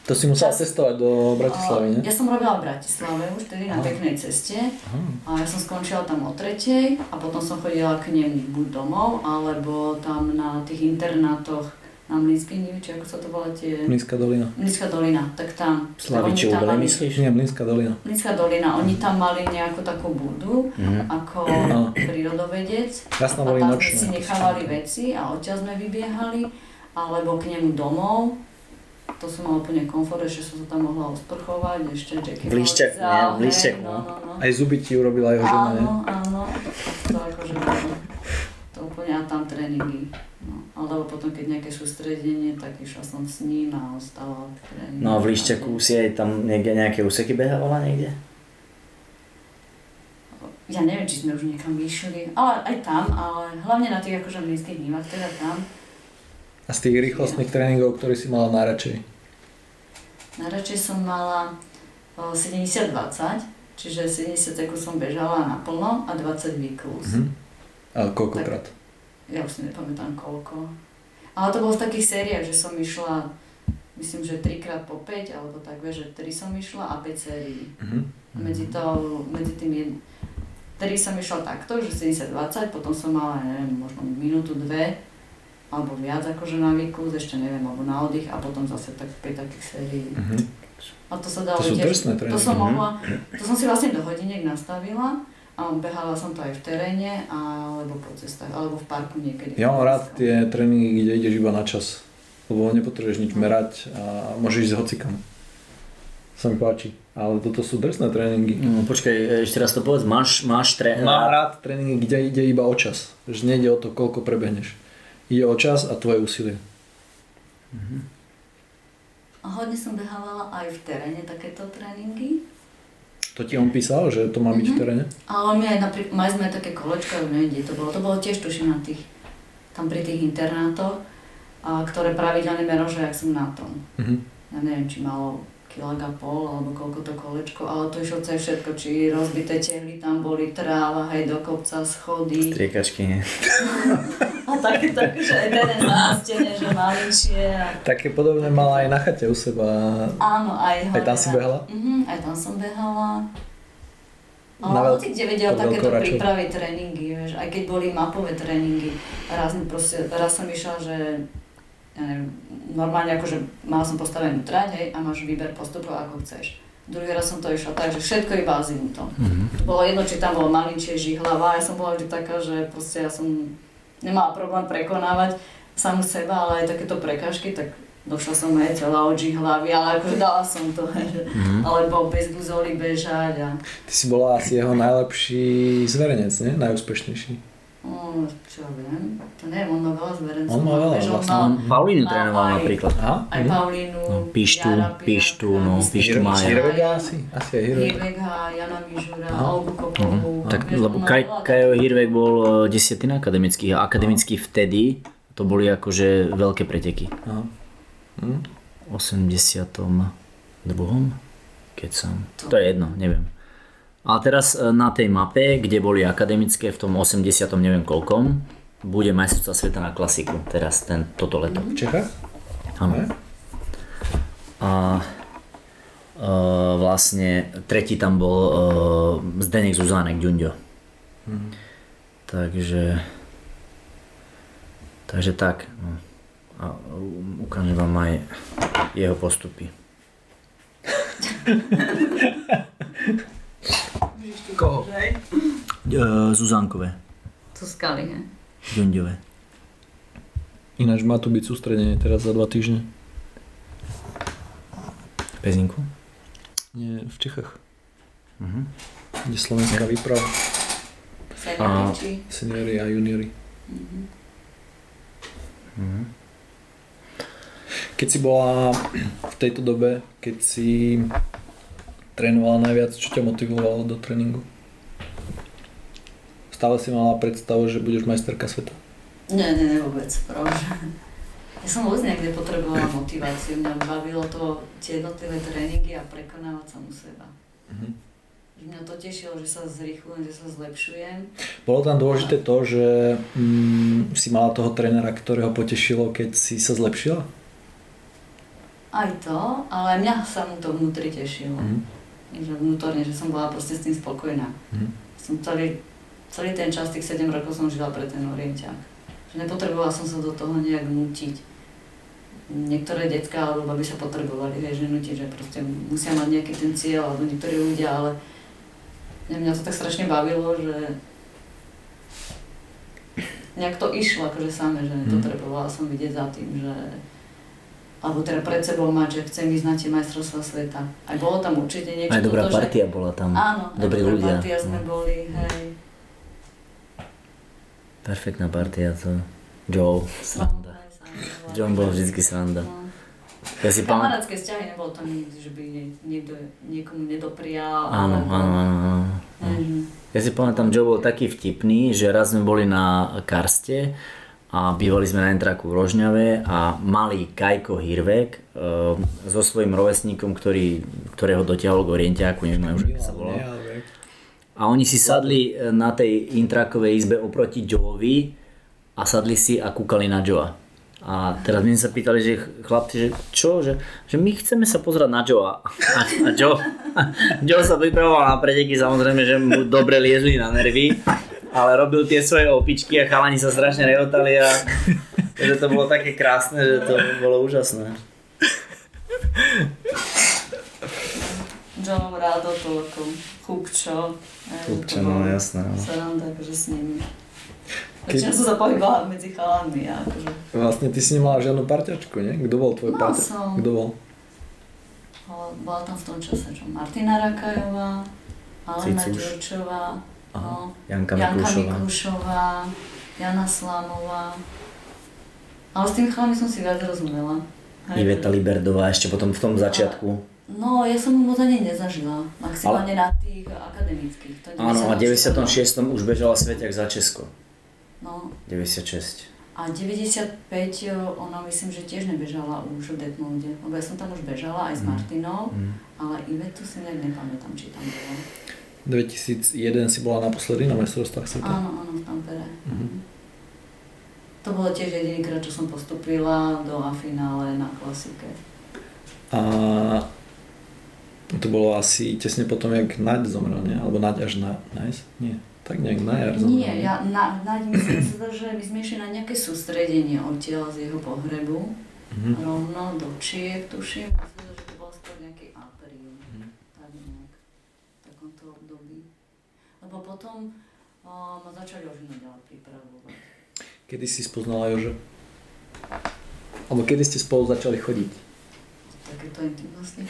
To si musela Čas- cestovať do Bratislavy, nie? Ja som robila v Bratislave už tedy Aha. na peknej ceste Aha. a ja som skončila tam o tretej a potom som chodila k nim buď domov alebo tam na tých internátoch na Mlínskej, neviem, či ako sa to volá tie... Mlínska dolina. Mlínska dolina, tak tam. Slaviče tak oni tam Ubre, mali- myslíš? Nie, Mlínska dolina. Mlínska dolina, oni tam mali nejakú takú budu, mhm. ako No. prírodovedec. Jasno, a boli tam nočné. sme si nechávali veci a odtiaľ sme vybiehali, alebo k nemu domov. To som mala úplne komfort, ešte som sa tam mohla osprchovať, ešte Jackie V Líšťaku, Horizal, nie? V hej, Líšťaku, No, no, no. Aj zuby ti urobila jeho žena, nie? Áno, áno, to akože bolo. To úplne a tam tréningy. No, alebo potom, keď nejaké sústredenie, tak išla som s ním a ostala tréning. No a v Lišťaku si aj tam niekde nejaké úseky behávala niekde? Ja neviem, či sme už niekam išli, ale aj tam, ale hlavne na tých akože mlínskych dnívach, teda tam. A z tých rýchlostných tréningov, ktorý si mala najradšej. Najradšej som mala o, 70-20, čiže 70 sekúnd som bežala naplno a 20 výklus. Mhm. A koľkokrát? Ja už si nepamätám koľko. Ale to bolo v takých sériách, že som išla, myslím, že 3 krát po 5, alebo tak, vieš, že 3 som išla a 5 sérií. Mhm. Medzi, to, medzi tým jed... Tedy som išla takto, že 70-20, potom som mala, ja neviem, možno minútu, dve, alebo viac akože na výkus, ešte neviem, alebo na oddych a potom zase tak 5 takých sérií. Mhm. A to sa dalo To sú tiež- drsné To tréningy. som, mohla, to som si vlastne do hodiniek nastavila a behala som to aj v teréne, alebo po cestách, alebo v parku niekedy. Ja mám rád tie tréningy, kde ideš iba na čas. Lebo nepotrebuješ nič merať a môžeš ísť hocikam. Sa mi páči. Ale toto sú drsné tréningy. No, počkaj, ešte raz to povedz, máš, máš tre... Mám rád tréningy, kde ide iba o čas. Že nejde o to, koľko prebehneš. Ide o čas a tvoje úsilie. A hodne som behávala aj v teréne takéto tréningy. To ti on písal, že to má byť v teréne? Ale my aj napríklad, mali sme aj také kolečka, už neviem, kde to bolo. To bolo tiež tuším na tých, tam pri tých internátoch, a ktoré pravidelne mero, že jak som na tom. Mhm. Ja neviem, či malo kilák a pol, alebo koľko to kolečko, ale to išlo cez všetko, či rozbité tehly, tam boli tráva, hej, do kopca, schody. Striekačky, nie? A také, také, že aj terén zapustené, že maličie. A... Také podobné mala aj na chate u seba. Áno, aj Aj tam si behala? Mhm, aj tam som behala. Na Ale veľ- hoci kde vedia na takéto veľkoračov. prípravy tréningy, vieš, aj keď boli mapové tréningy, raz, mi proste, raz som išla, že ja neviem, normálne akože mal som postavenú trať, hej, a máš výber postupov, ako chceš. Druhý raz som to išla tak, že všetko iba s intom. Mm-hmm. Bolo jedno, či tam bolo malinčie žihlava, ja som bola vždy taká, že proste ja som nemala problém prekonávať samú seba, ale aj takéto prekažky, tak došla som aj celá od žihlavy, ale akože dala som to, hej, že, Mhm, alebo bez buzoly bežať a Ty si bola asi jeho najlepší zverejnec, nie? Najúspešnejší. No, čo ja viem, to neviem, on má veľa zverencov. On má veľa Vieš, on vlastne, mal Paulínu No, Mám trénoval aj. napríklad. Aha. Mhm. Aj Paulínu, No, Pištu, Jara Piraka, Pištu, no, myslím, Pištu že Maja. Hirvega asi? Asi aj Hirvega. Hirvega, Jana Mižura, Olgu Kopovú. Mhm. Tak, Vieš, lebo on má Kaj, veľa Kajo Hirvek bol e, desiatý na akademických a akademický vtedy to boli akože veľké preteky. Aha. Hm? V 82. keď som... To je jedno, neviem. A teraz e, na tej mape, kde boli akademické v tom 80. neviem koľkom, bude majstrovstvá sveta na klasiku teraz, ten, toto leto. V Čechách? Áno. Ne? A e, vlastne tretí tam bol e, Zdenek Zuzánek Ďunďo. Takže... Takže tak. No. A u- ukážem vám aj jeho postupy. Koho? E, Zuzánkové, To skaly, he? Ďunďové. Ináč má tu byť sústredenie teraz za dva týždne. Pezinku? Nie, v Čechách. Mhm. Kde slovenská výprava. Seniori, či... Seniori a juniori. Mhm. Keď si bola v tejto dobe, keď si trénovala najviac, čo ťa motivovalo do tréningu? Stále si mala predstavu, že budeš majsterka sveta. Nie, nie, nie, vôbec, pravda. Ja som vôbec niekde potrebovala motiváciu, mňa bavilo to, tie jednotlivé tréningy a prekonávať samú seba. Mhm. Že Mňa to tešilo, že sa zrýchlujem, že sa zlepšujem. Bolo tam dôležité to, že mm, si mala toho trénera, ktorého potešilo, keď si sa zlepšila? Aj to, ale mňa sa mu to vnútri tešilo. Mhm. Že vnútorne, že som bola proste s tým spokojná. Mhm. Som celý, celý ten čas, tých 7 rokov som žila pre ten orientiak. Že nepotrebovala som sa do toho nejak nutiť. niektoré detská alebo by sa potrebovali vieš, že nutiť, že proste musia mať nejaký ten cieľ, alebo niektorí ľudia, ale ne, mňa to tak strašne bavilo, že nejak to išlo akože samé, že Mhm. potrebovala som vidieť za tým, že alebo teda pred sebou mať, že chcem ísť na tie majstrovstvá sveta. Aj bolo tam určite niečo Aj dobrá toto, že- partia bola tam. Áno, aj Dobrí dobrá ľudia. Partia sme No. boli, hej. Perfektná partia to. Joe, Sranda. sranda. aj sranda. John bol vždycky sranda. No. Ja si pamätám. Kamarátske vzťahy nebolo to nikdy, že by nie- niekto niekomu nedoprial. Mhm. Áno, alebo- áno, áno, áno. Neviem. Ja si pamätám, Joe bol taký vtipný, že raz sme boli na Karste a bývali sme na Entraku v Rožňave a malý Kajko Hirvek e, so svojím rovesníkom, ktorý, ktorého dotiahol k Orientiaku, neviem už, ako sa volal. A oni si sadli e, na tej intrakovej izbe oproti Joeovi a sadli si a kúkali na Joea. A teraz my sme sa pýtali, že ch- chlapci, že čo, že, že my chceme sa pozerať na Joea. A, a Joe, Joe sa pripravoval na preteky, samozrejme, že mu dobre liezli na nervy, ale robil tie svoje opičky a chalani sa strašne rehotali a že to bolo také krásne, že to bolo úžasné. Johnom Rado, Tolko, Chupčo. neviem, Chupčo, to bolo no, jasné, no. Sranda, akože s nimi. Keď- Väčšinou som sa pohybovala medzi chalanmi, ja, akože. Vlastne ty si nemala žiadnu parťačku, nie? Kto bol tvoj Mal parťač? som. Kto bol? Bola- Bola tam v tom čase čo Martina Rakajová, Alena Cicuš. Ďurčová, no, Janka Janka Miklušová. Miklušová, Jana Slamová. Ale s tými chalami som si viac rozumela. Hej. Iveta Liberdová ešte potom v tom začiatku. No, ja som ho moc ani nezažila. Maximálne na tých akademických. To Áno, a v 96. 96. už bežala Svetiak za Česko. No, 96. a 95 jo, ona myslím, že tiež nebežala už v Detmolde. Lebo ja som tam už bežala Mhm. aj s Martinou, ale Ivetu si nejak nepamätám, či tam bola. 2001 si bola naposledy na majstrovstvách sveta. Áno, áno, v Tampere. Mhm. To bolo tiež jedinýkrát, čo som postupila do A finále na klasike. A to bolo asi tesne potom, jak Naď zomrel, nie? Alebo Naď až na... Nice? Nie. Tak nejak na jar zomrel. Nie, ja na, na, myslím si, teda, že my sme išli na nejaké sústredenie odtiaľ z jeho pohrebu. Mhm. Rovno do Čiek, tuším. Myslím, že to bol skôr nejaký apríl. Mhm. Tak nejak. V takomto období. Lebo potom o, ma začali už ďalej pripravovať. Kedy si spoznala Jože? Alebo kedy ste spolu začali chodiť? Takéto intimnosti.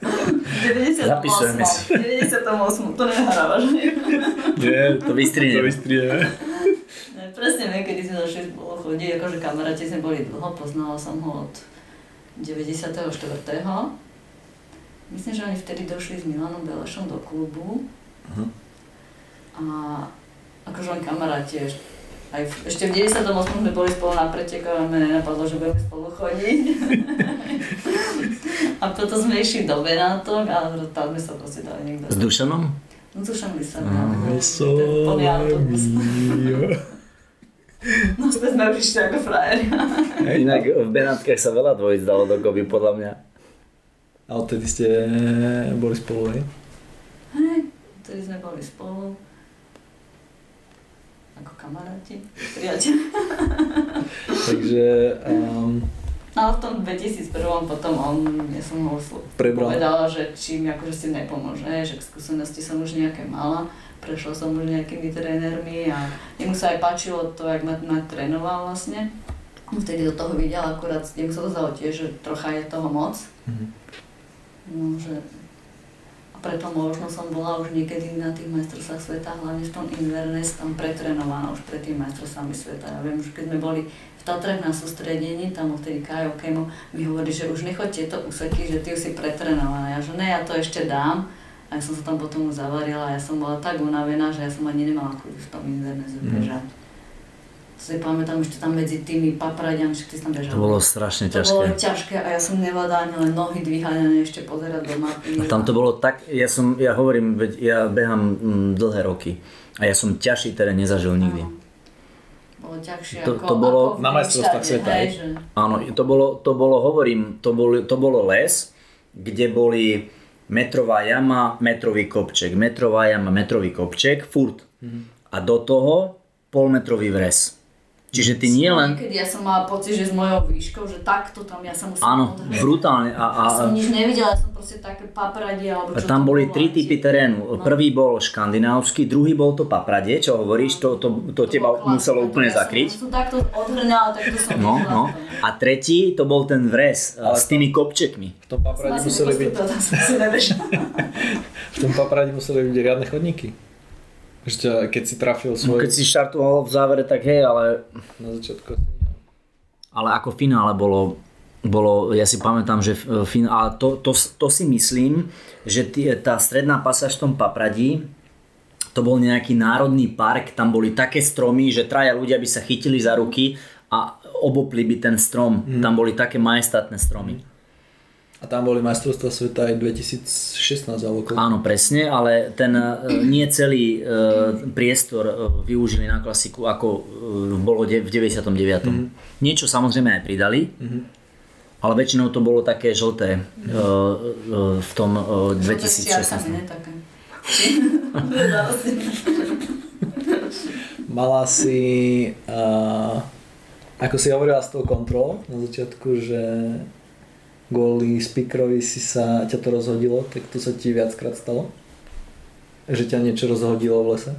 98. Zapisujeme si. 98. To nehrávaš, nie? Nie, To vystrihnem. vystrieme. Ne, Presne viem, kedy sme začali spolu chodiť, akože kamaráti sme boli dlho, poznala som ho od 94. Myslím, že oni vtedy došli s Milanom Belešom do klubu Aha. a akože on kamaráti ešte, aj v, ešte v 98. sme boli spolu na preteku a mne nenapadlo, že budeme spolu chodiť. a potom sme išli do Benátok a tam sme sa proste dali niekto. S Dušanom? No to som sa plný autobus. Hej, No sme sme už išli ako frajeri. Inak v Benátkach sa veľa dvojic dalo dokopy, podľa mňa. A odtedy ste boli spolu, hej? Hej, vtedy sme boli spolu. Ako kamaráti, priateľi. Takže um, No ale v tom 2001 potom on, ja som ho oslo- prebral. povedala, že čím akože si nepomôže, že k skúsenosti som už nejaké mala, prešla som už nejakými trénermi a jemu sa aj páčilo to, jak ma, ma trénoval vlastne. Vtedy do toho videl, akurát jemu sa to zdalo tiež, že trocha je toho moc. Mhm. No, že... A preto možno som bola už niekedy na tých majstrovstvách sveta, hlavne v tom Inverness, tam pretrenovaná už pred tými majstrovstvami sveta. Ja viem, že keď sme boli v Tatrach na sústredení, tam vtedy Kajo Kemo mi hovorí, že už nechoď tieto úseky, že ty už si pretrenovaná. Ja že ne, ja to ešte dám. A ja som sa tam potom už zavarila a ja som bola tak unavená, že ja som ani nemala chuť v tom Invernessu Mm. Mhm. bežať. To si pamätám ešte tam medzi tými papraďanmi, ty si tam bežala. To bolo strašne To bolo ťažké. ťažké a ja som nevládala ani len nohy dvíhať, ani ešte pozerať do mapy. A tam to bolo tak, ja som, ja hovorím, veď ja behám mm, dlhé roky a ja som ťažší terén nezažil nikdy. Áno. Bolo ťažšie To- ako, to bolo- ako v Na majstrovstvách Krištáde, sveta, hej, hej? že- Áno, to bolo, to bolo hovorím, to, bol, to bolo les, kde boli metrová jama, metrový kopček, Mhm. metrová jama, metrový kopček, furt. A do toho polmetrový vres. Čiže ty nie len... Niekedy ja som mala pocit, že s mojou výškou, že takto tam ja sa musím Áno, odhrať. brutálne. A, a, Ja som nič nevidela, ja som proste také papradie alebo a čo tam to boli bolo, tri ale typy tie- terénu. No. Prvý bol škandinávsky, druhý bol to papradie, čo hovoríš, to, to, to teba bolo klasika, muselo to úplne ja som- zakryť. Som takto odhrňala, takto som No, videla no. v tom. A tretí to bol ten vres Ale a, s tými kopčekmi. V tom Som paprade asi museli byť, nepostúpila, tam som si nevežala. v tom paprade museli byť riadne chodníky. Že ťa, keď si trafil No, svoj keď si štartoval v závere, tak hej, ale, na začiatku. ale ako v finále bolo, bolo, ja si pamätám, že v- v finále, ale to, to, to si myslím, že tie- tá stredná pasáž v tom Papradí, to bol nejaký národný park, tam boli také stromy, že traja ľudia by sa chytili za ruky a obopli by ten strom. Tam boli také majestátne stromy. A tam boli majstrovstvá sveta aj 2016 alebo koľko. Áno, presne, ale ten e, nie celý e, priestor e, využili na klasiku, ako e, bolo de- v 99. Mhm. Niečo samozrejme aj pridali, ale väčšinou to bolo také žlté e, e, v tom e, 2016. Čiarkami, ne také. Dala si. Mala si, uh, ako si hovorila s tou kontrolou na začiatku, že kvôli speakerovi si sa, ťa to rozhodilo, tak to sa ti viackrát stalo? Že ťa niečo rozhodilo v lese?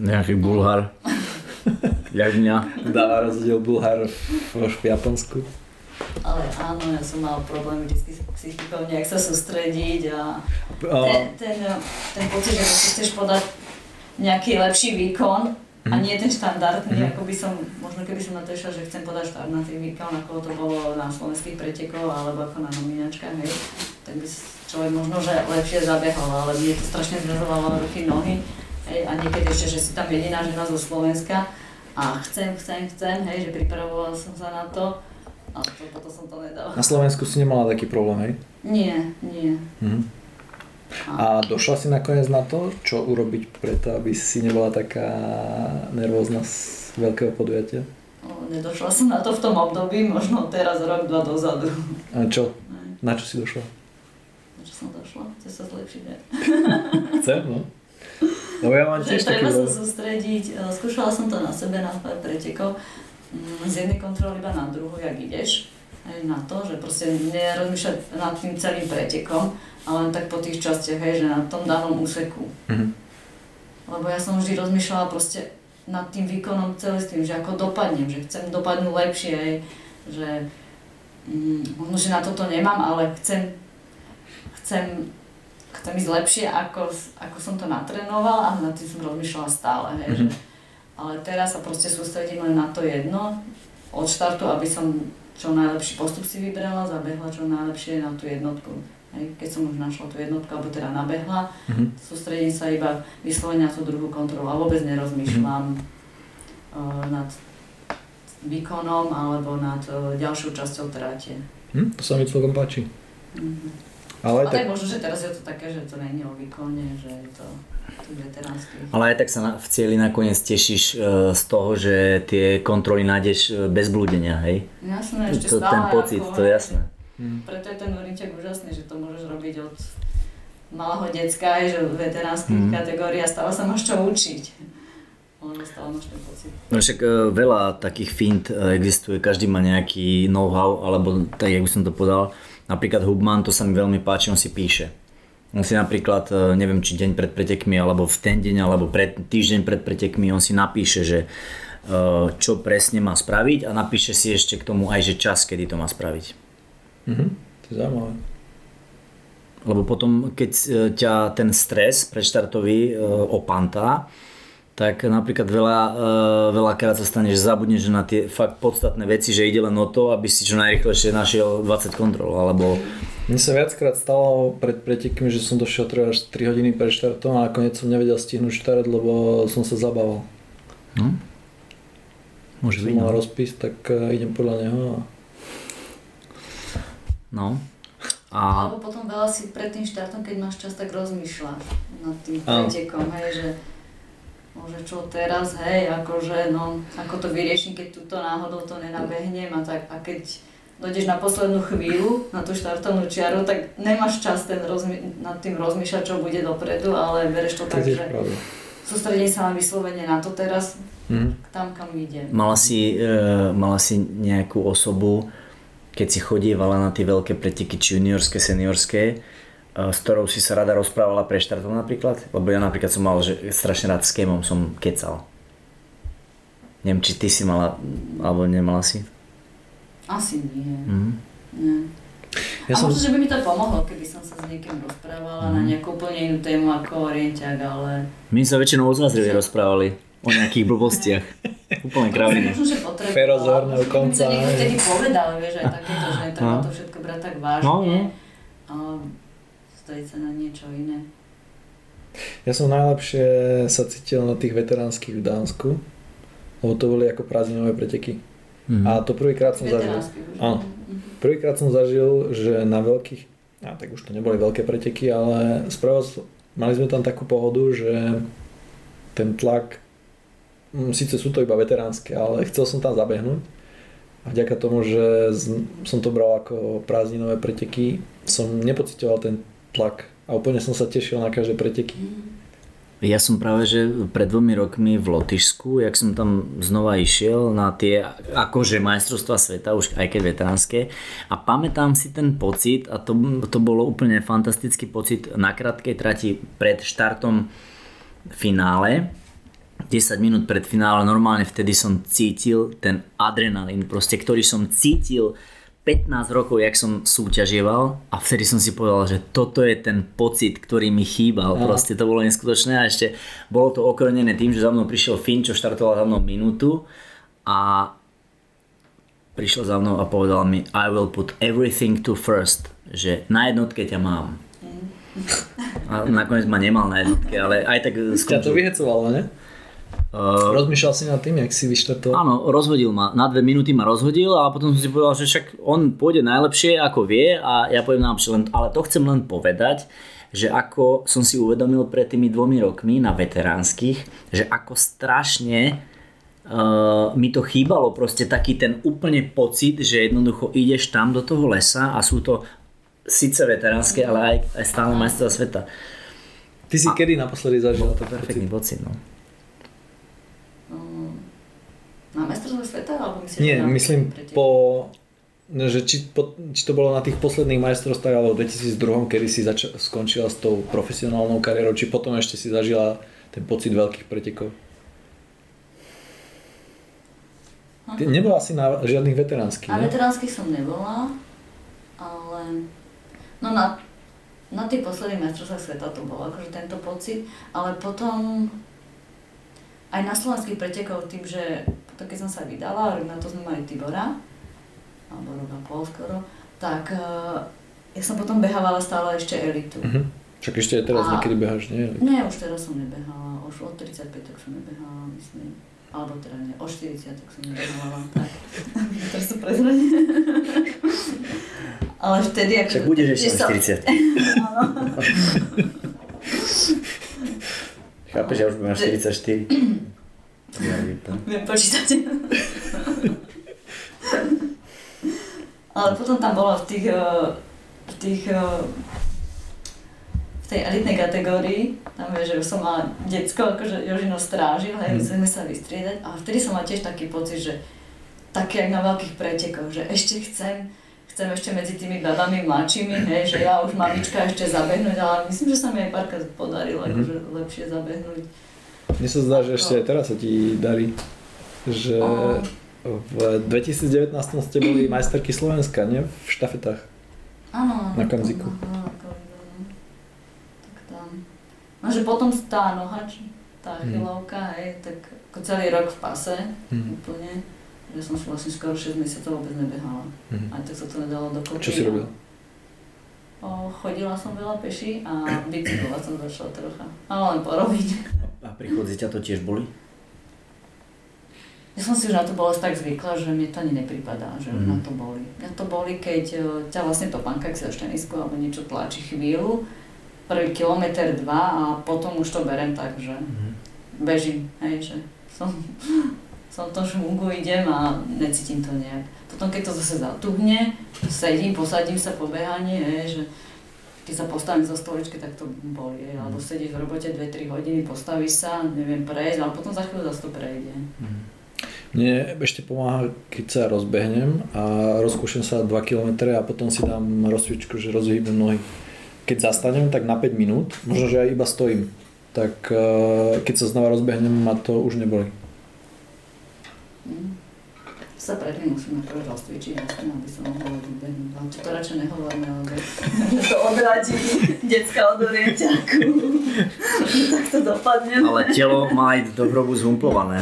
Nejaký bulhar. Jak mňa. Dáva rozhodil Bulhár v, v Japonsku. Ale áno, ja som mala problémy vždy s psychikou nejak sa sústrediť a ten, Uh, ten, ten pocit, že si chceš podať nejaký lepší výkon a nie ten štandardný, ako by som, možno keby som na to išla, že chcem podať štandardný výkon, ako to bolo na slovenských pretekoch alebo ako na nominačkách, hej, tak by s- človek možno, že lepšie zabehol, ale mne to strašne zrazovalo ruky, nohy hej, a niekedy ešte, že si tam jediná žena zo Slovenska a chcem, chcem, chcem, hej, že pripravovala som sa na to a to, potom som to nedala. na Slovensku si nemala taký problém, hej? Nie, nie. Mhm. A došla si nakoniec na to, čo urobiť preto, aby si nebola taká nervózna z veľkého podujatia? No, Nedošla som na to v tom období, možno teraz rok, dva dozadu. A čo? Ne, Na čo si došla? Že som došla, chce sa zlepšiť. Ne? Chcem, no. Lebo ja mám Že tiež taký treba sa problém. sústrediť. E, Skúšala som to na sebe na pár pretekov. Mm, Z jednej kontroly iba na druhú, jak ideš. Aj na to, že proste nerozmýšľať nad tým celým pretekom, ale len tak po tých častiach, hej, že na tom danom úseku. Mhm. Lebo ja som vždy rozmýšľala proste nad tým výkonom celistým, že ako dopadnem, že chcem dopadnúť lepšie, hej, že mm, možno, že na toto nemám, ale chcem, chcem, chcem ísť lepšie, ako, s- ako som to natrénovala a nad tým som rozmýšľala stále, hej, mhm, že, ale teraz sa proste sústredím len na to jedno, od štartu, aby som čo najlepší postup si vybrala, zabehla čo najlepšie na tú jednotku. Hej, keď som už našla tú jednotku, alebo teda nabehla, Mhm. sústredím sa iba vyslovene na tú druhú kontrolu a vôbec Mhm. nerozmýšľam eh, nad výkonom alebo nad eh, ďalšou časťou trate. Hm? To sa mi celkom páči. Mhm. Ale A tak, tak možno, že teraz je to také, že to není o výkone, že je to tých veteránskych. Ale aj tak sa na, v cieli nakoniec tešíš e, z toho, že tie kontroly nájdeš e, bez blúdenia, hej? Jasné, ešte To, stále ten pocit, ako- to je jasné. Preto je ten Norinček úžasný, že to môžeš robiť od malého decka, aj že v veteránskych Mhm. mm. kategóriách stále sa máš čo učiť. Ono stále máš ten pocit. No však e, veľa takých fint e, existuje, každý má nejaký know-how, alebo tak, jak by som to podal, napríklad Hubman, to sa mi veľmi páči, on si píše. On si napríklad, e, neviem či deň pred pretekmi, alebo v ten deň, alebo pred, týždeň pred pretekmi, on si napíše, že e, čo presne má spraviť a napíše si ešte k tomu aj, že čas, kedy to má spraviť. mhm. to je zaujímavé. Lebo potom, keď e, ťa ten stres predštartový e, opantá, tak napríklad veľa, e, veľakrát sa stane, že zabudneš na tie fakt podstatné veci, že ide len o to, aby si čo najrychlejšie našiel 20 kontrol, alebo Mne sa viackrát stalo pred pretekmi, že som došiel treba až 3 hodiny pred štartom a nakoniec som nevedel stihnúť štart, lebo som sa zabával. No. môže byť. Som mal No. rozpis, tak eh, idem podľa neho. a no. A A... Alebo potom veľa si pred tým štartom, keď máš čas, tak rozmýšľaš nad tým Áno. pretekom, hej, že môže čo teraz, hej, akože, no, ako to vyrieším, keď túto náhodou to nenabehnem a tak, a keď dojdeš na poslednú chvíľu, na tú štartovnú čiaru, tak nemáš čas ten rozmi- nad tým rozmýšľať, čo bude dopredu, ale bereš To to tak, je tiež že pravda. Sústredím sa len vyslovene na to teraz, Mhm. tam kam idem. Mala si, e, mala si nejakú osobu, keď si chodievala na tie veľké preteky, či juniorské, seniorské, e, s ktorou si sa rada rozprávala pre štartom napríklad? Lebo ja napríklad som mal, že strašne rád s kémom som kecal. Neviem, či ty si mala, alebo nemala si. Asi nie. Mhm. nie. Ja Ja a som- Mhm. možno, že by mi to pomohlo, keby som sa s niekým rozprávala na nejakú úplne inú tému ako orienťák, ale My sa väčšinou o zázrivie rozprávali. O nejakých blbostiach. Úplne kraviny. možno, že potrebovala. Fero z horného možno, keby no mi konca, No. to niekto hej. vtedy povedal, vieš, aj takéto, že netreba to všetko brať tak vážne. No, nie. Ale stojí sa na niečo iné. Ja som najlepšie sa cítil na tých veteránskych v Dánsku, lebo to boli ako prázdninové preteky. Mhm. A to prvýkrát som zažil. Veteránsky už. Áno. Mhm. Prvýkrát som zažil, že na veľkých, a tak už to neboli veľké preteky, ale spravil, s- mali sme tam takú pohodu, že ten tlak, mm, síce sú to iba veteránske, ale chcel som tam zabehnúť. A vďaka tomu, že z- som to bral ako prázdninové preteky, som nepocitoval ten tlak a úplne som sa tešil na každé preteky. Ja som práve, že pred dvomi rokmi v Lotyšsku, jak som tam znova išiel na tie akože majstrovstva sveta, už aj keď veteránske, a pamätám si ten pocit, a to, to bolo úplne fantastický pocit na krátkej trati pred štartom finále, 10 minút pred finále, normálne vtedy som cítil ten adrenalín, proste, ktorý som cítil 15 rokov, jak som súťažieval a vtedy som si povedal, že toto je ten pocit, ktorý mi chýbal. Proste to bolo neskutočné a ešte bolo to okronené tým, že za mnou prišiel Finn, čo štartoval za mnou minútu a prišiel za mnou a povedal mi I will put everything to first, že na jednotke ťa mám. A nakoniec ma nemal na jednotke, ale aj tak Ťa to skončil. vyhecovalo, ne? Uh, Rozmýšľal si nad tým, jak si vyštartoval? Áno, rozhodil ma. Na dve minúty ma rozhodil a potom som si povedal, že však on pôjde najlepšie, ako vie a ja pôjdem najlepšie. Len, ale to chcem len povedať, že ako som si uvedomil pred tými dvomi rokmi na veteránskych, že ako strašne uh, mi to chýbalo, proste taký ten úplne pocit, že jednoducho ideš tam do toho lesa a sú to síce veteránske, ale aj, aj stále majstra sveta. Ty si kedy naposledy zažil Bol to to perfektný pocit, no. Mm. Na majstrovstve sveta? Alebo myslíš, Nie, že na myslím preteky? po... no, Že či, po, či to bolo na tých posledných majstrovstvách alebo v 2002, kedy si zača- skončila s tou profesionálnou kariérou, či potom ešte si zažila ten pocit veľkých pretekov? Ty nebola si na žiadnych veteránskych, A ne? veteránskych som nebola, ale no na, na tých posledných majstrovstvách sveta to bol akože tento pocit, ale potom aj na slovenských pretekov tým, že potom keď som sa vydala, rok na to sme mali Tibora, alebo rok a pol skoro, tak eh, ja som potom behávala stále ešte elitu. Mhm. Však ešte aj teraz A- niekedy behaš, nie? Ne, No už teraz som nebehala, už od 35 tak som nebehala, myslím. Alebo teda ne, o 40 tak som nebehala, tak. teraz to prezradím. Ale vtedy ako... Však budeš ešte tiež na som- 40. Chápeš, ja už mám 44. Ja vypnem. Viem počítať. Ale potom tam bola v tých, eh, v tých eh, v tej elitnej kategórii, tam je, že už som mala detsko, akože Jožino strážil, hej, musíme sa vystriedať. A vtedy som mala tiež taký pocit, že také jak na veľkých pretekoch, že ešte chcem, chcem ešte medzi tými babami mladšími, hej, že ja už mamička ešte zabehnúť, ale myslím, že sa mi aj párkrát podarilo, akože lepšie zabehnúť. Mne sa zdá, že ešte aj teraz sa ti darí, že A- v 2019 ste boli majsterky Slovenska, nie? V štafetách. Áno. Na tam, kamziku. áno, na kamziku, no. Tak tam. No, že potom tá noha, či tá Hmm. chylovka, hej, tak ako celý rok v pase, Mhm. úplne. Ja som si vlastne skoro 6 mesiacov vôbec nebehala. Mhm. Aj tak sa to nedalo dokopy. Čo si robil? O, chodila som veľa peši a bicyklovať som začala trocha. Ale len porobiť. A pri chodzi ťa to tiež boli? Ja som si už na to bola tak zvykla, že mi to ani nepripadá, že mm. na to boli. Na to boli, keď e, ťa vlastne to pankák sa tenisku alebo niečo tlačí chvíľu, prvý kilometr, dva a potom už to berem tak, že bežím, hej, že som, som v tom šmungu, idem a necítim to nejak. Potom keď to zase zatúhne, sedím, posadím sa po behanie, hej, že keď sa postavím zo stoličky, tak to boli. Alebo sedíš v robote 2-3 hodiny, postavíš sa, neviem prejsť, ale potom za chvíľu zase to prejde. Mne ešte pomáha, keď sa rozbehnem a rozkúšam sa 2 km a potom si dám rozcvičku, že rozhýbem nohy. Keď zastanem, tak na 5 minút, možno, že aj iba stojím. Tak eh, keď sa znova rozbehnem, ma to už neboli. Mm. Sa predtým musím najprv rozcvičiť, aspoň aby som mohla vybehnúť. Ale to radšej nehovoríme, lebo to odradí detská od orienťáku. tak to dopadne. Ale telo má aj dobrobu zhumplované.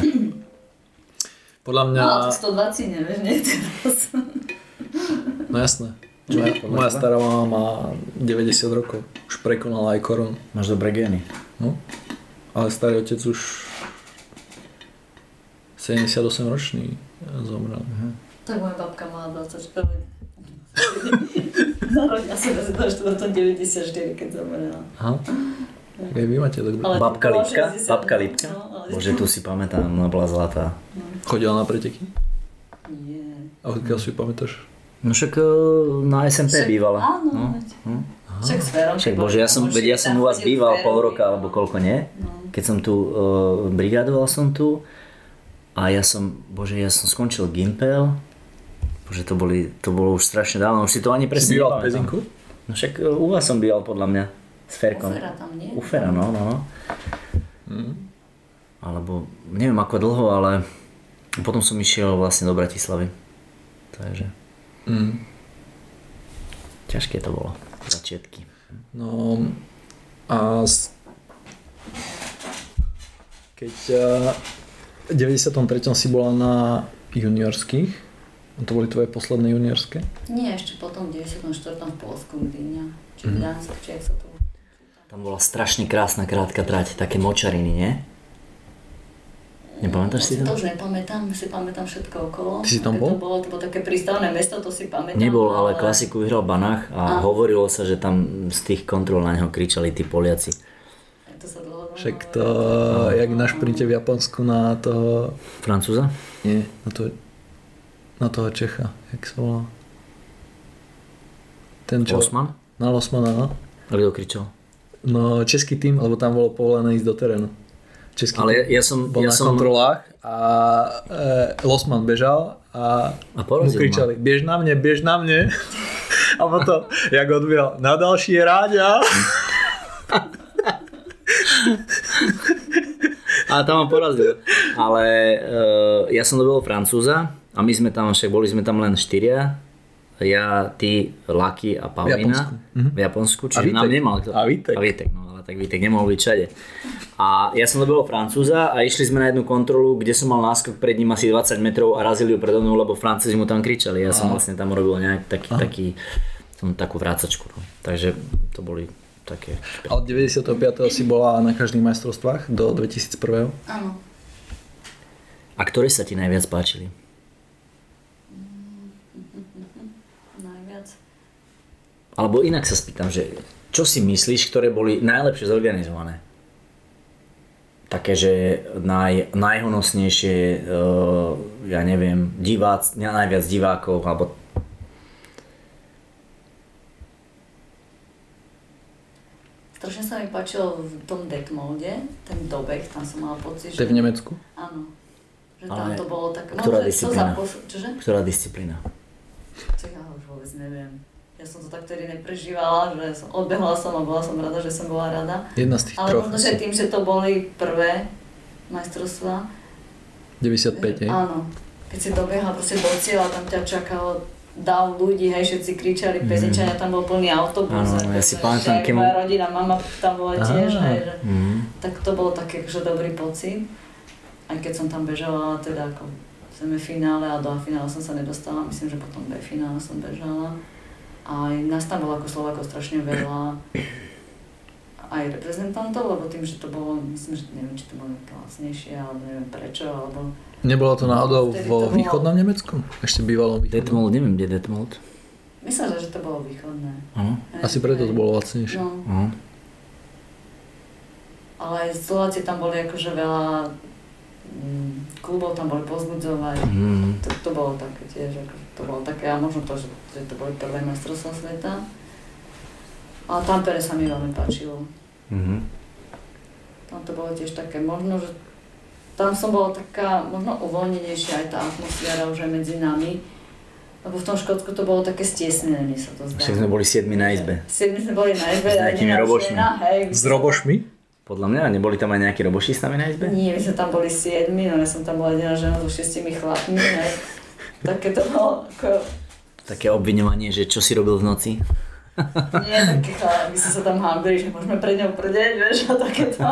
Podľa mňa... No, ale to 120 nevieš, nie teraz. No jasné. Moja, moja stará mama má 90 rokov. Už prekonala aj koronu. Máš dobré gény. No. Ale starý otec už 78 ročný zomrel. Tak moja babka má 24. Narodila sa v 94, keď zomrela. Aha. Tak aj vy máte tak Ale Babka bola Lipka? 60, Babka Lipka? No, ale... Bože, tu si pamätám, ona bola zlatá. Chodila na preteky? Nie. A odkiaľ si ju pamätáš? No však e, na SMP bývala. Áno, No. veď. Však s Férom. Však bože, ja som, veď ja som u vás býval pol roka alebo koľko, nie? No, Keď som tu, e, brigadoval som tu a ja som, bože, ja som skončil Gimpel. Bože, to, boli, to bolo už strašne dávno, už si to ani presne Býval v nepamätám. Pezinku? No však e, u vás som býval podľa mňa s Ferkom. Ufera tam, nie? Ufera, no, no. no. Mhm. Alebo neviem ako dlho, ale potom som išiel vlastne do Bratislavy. Takže Mhm. Mm. ťažké to bolo. Začiatky. No a s... keď a, v 93. si bola na juniorských, to boli tvoje posledné juniorské? Nie, ešte potom v 94. v Polsku Gdyňa. Či Mhm. v Dánsku, či jak sa to... Tam bola strašne krásna krátka trať, také močariny, nie? Nepamätáš si To to? už nepamätám, už si pamätám všetko okolo. Ty si tam Aké bol? To bolo, to bolo také prístavné mesto, to si pamätám. no, Nebol, ale klasiku vyhral Banach a hovorilo sa, že tam z tých kontrol na neho kričali tí Poliaci. To sa dlho Však to, No. jak na šprinte v Japonsku na toho, Francúza? nie, na toho, na toho Čecha, jak sa volá? Ten čo? Osman? Na Losmana, no. A Kto kričal? No, český tým, lebo tam bolo povolené ísť do terénu. Český Ale tým ja, ja som... bol ja na som... kontrolách a e, Losman bežal a, A mu porazil kričali, biež na mne, biež na mne. a potom, jak odbíral, na ďalší je Ráďa. A tam ma porazil. Ale uh, ja som dobil Francúza a my sme tam, však boli sme tam len štyria. Ja, ty, Laki a Paulina v Japonsku, čiže Vitek. nám nemal Mhm. kto. A Vitek. A Vitek, no ale tak Vitek nemohol byť všade. A ja som dobil Francúza a išli sme na jednu kontrolu, kde som mal náskok pred ním asi 20 metrov a razili ju predo mnou, lebo Francúzi mu tam kričali. Ja som vlastne tam robil nejak taký, taký som takú vrácačku. No. Takže to boli také... A od 95. si bola na každých majstrovstvách do 2001. Áno. A ktoré sa ti najviac páčili? Najviac. Alebo inak sa spýtam, že čo si myslíš, ktoré boli najlepšie zorganizované? Také, že naj, najhonosnejšie, eh, ja neviem, divác, ne- najviac divákov, alebo Strašne sa mi páčilo v tom deckmolde, ten dobeh, tam som mala pocit, To je v Nemecku. Áno. Že tam Ale to bolo také... ktorá že to disciplína? za pos- Čože? ktorá disciplína? Čo ja už vôbec neviem. Ja som to tak vtedy neprežívala, že som, odbehla som a bola som rada, že som bola rada. Jedna z tých Ale troch. možno, že tým, že to boli prvé majstrovstvá, 95, hej. Áno. Keď si dobehla proste do cieľa, tam ťa čakalo dav ľudí, hej, všetci kričali, Mhm. pezničania, tam bol plný autobus. Áno, hej, ja si proste, pamätám, aj keď moja mu- rodina, mama tam bola tiež, Á. hej, že, Mhm. tak to bol taký akože dobrý pocit. Aj keď som tam bežala, teda ako v semifinále a do finále som sa nedostala, myslím, že potom v finále som bežala. A aj nás tam bolo ako Slovakov strašne veľa aj reprezentantov, lebo tým, že to bolo, myslím, že neviem, či to bolo nejaké lacnejšie, alebo neviem prečo, alebo Nebolo to náhodou Vtedy to vo bolo- východnom Nemecku? Ešte bývalom východnom. Detmold, neviem, kde je Detmold. Myslím, že to bolo východné. Áno. Asi preto to bolo lacnejšie. No, Áno. ale aj Slováci tam boli akože veľa mm, klubov tam boli pozbudzovať. Mhm. To, to bolo také tiež, ako, to bolo také, a možno to, že, že to boli prvé majstrovstvá sveta. A Ale Tampere sa mi veľmi páčilo. Mhm. Tam to bolo tiež také možno, že tam som bola taká možno uvoľnenejšia aj tá atmosféra už aj medzi nami. Lebo v tom Škótsku to bolo také stiesnené, mi sa to zdá. Všetci sme boli siedmi na izbe. Siedmi sme boli na izbe, S aj nejakými nejaká robošmi. žena, hej. S robošmi? Podľa mňa, a neboli tam aj nejakí roboši s nami na izbe? Nie, my sme tam boli siedmi, no ja som tam bola jediná žena so šestimi chlapmi, hej. Také to bolo, ako, Také obviňovanie, že čo si robil v noci. nie také chlapy, my sme sa tam hambili, že môžeme pred ňou prdeť, vieš, a takéto.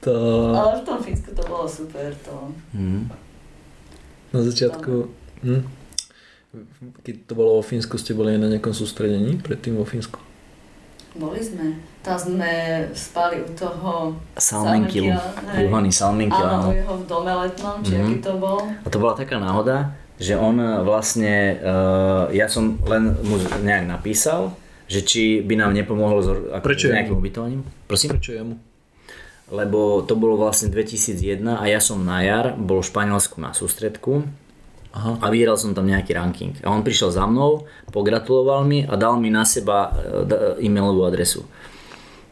To Ale v tom Fínsku to bolo super, to. Mhm. na začiatku... Hm? Keď to bolo vo Fínsku, ste boli aj na nejakom sústredení predtým vo Fínsku? Boli sme. Tam sme spali u toho... Salminkilu. Salminkila, hej. Juhany Salminkil, Áno, áno. u jeho v dome letnom, či Mhm. aký to bol. A to bola taká náhoda, že on eh, vlastne, eh, ja som len mu nejak napísal, že či by nám nepomohol s, or- ako, Prečo s je nejakým mu? ubytovaním. Prosím? Prečo jemu? Lebo to bolo vlastne 2001 a ja som na jar bol v Španielsku na sústredku Aha. a vyhral som tam nejaký ranking. A on prišiel za mnou, pogratuloval mi a dal mi na seba eh, da- e-mailovú adresu.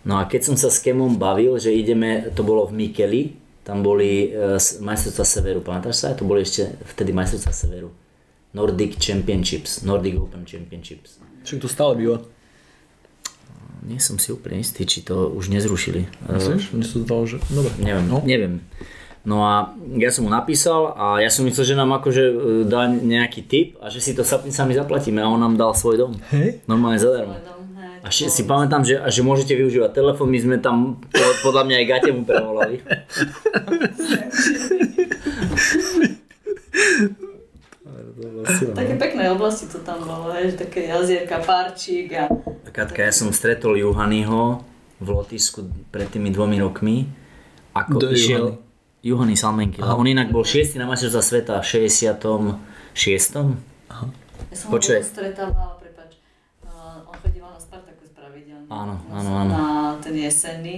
No a keď som sa s Kemom bavil, že ideme, to bolo v Mikeli, tam boli eh, s- majstrovstvá severu, pamätáš sa? To boli ešte vtedy majstrovstvá severu. Nordic Championships, Nordic Open Championships. Však to stále býva. Nie som si úplne istý, či to už nezrušili. Eh, Myslíš? Mne sa zdalo, že... Dobre. Neviem, No. no. neviem. No a ja som mu napísal a ja som myslel, že nám akože e, dá nejaký tip a že si to sami, sami zaplatíme a on nám dal svoj dom. Hej? Normálne zadarmo. A še, si pamätám, že, a že môžete využívať telefón, my sme tam po- podľa mňa aj gate mu prevolali. Také pekné oblasti to tam bolo, hej, že také jazierka, parčík a... A Katka, ja som stretol Juhanyho v Lotisku pred tými dvomi rokmi. Ako Kto je išiel Juhany Salmenky. On inak bol 6. na majstrovstvá sveta v 66. Ja som ho Počkaj. bol stretávala, prepáč, uh, on chodíval na Spartakus pravidelne. Áno, Ja áno, som áno. Na ten jesenný,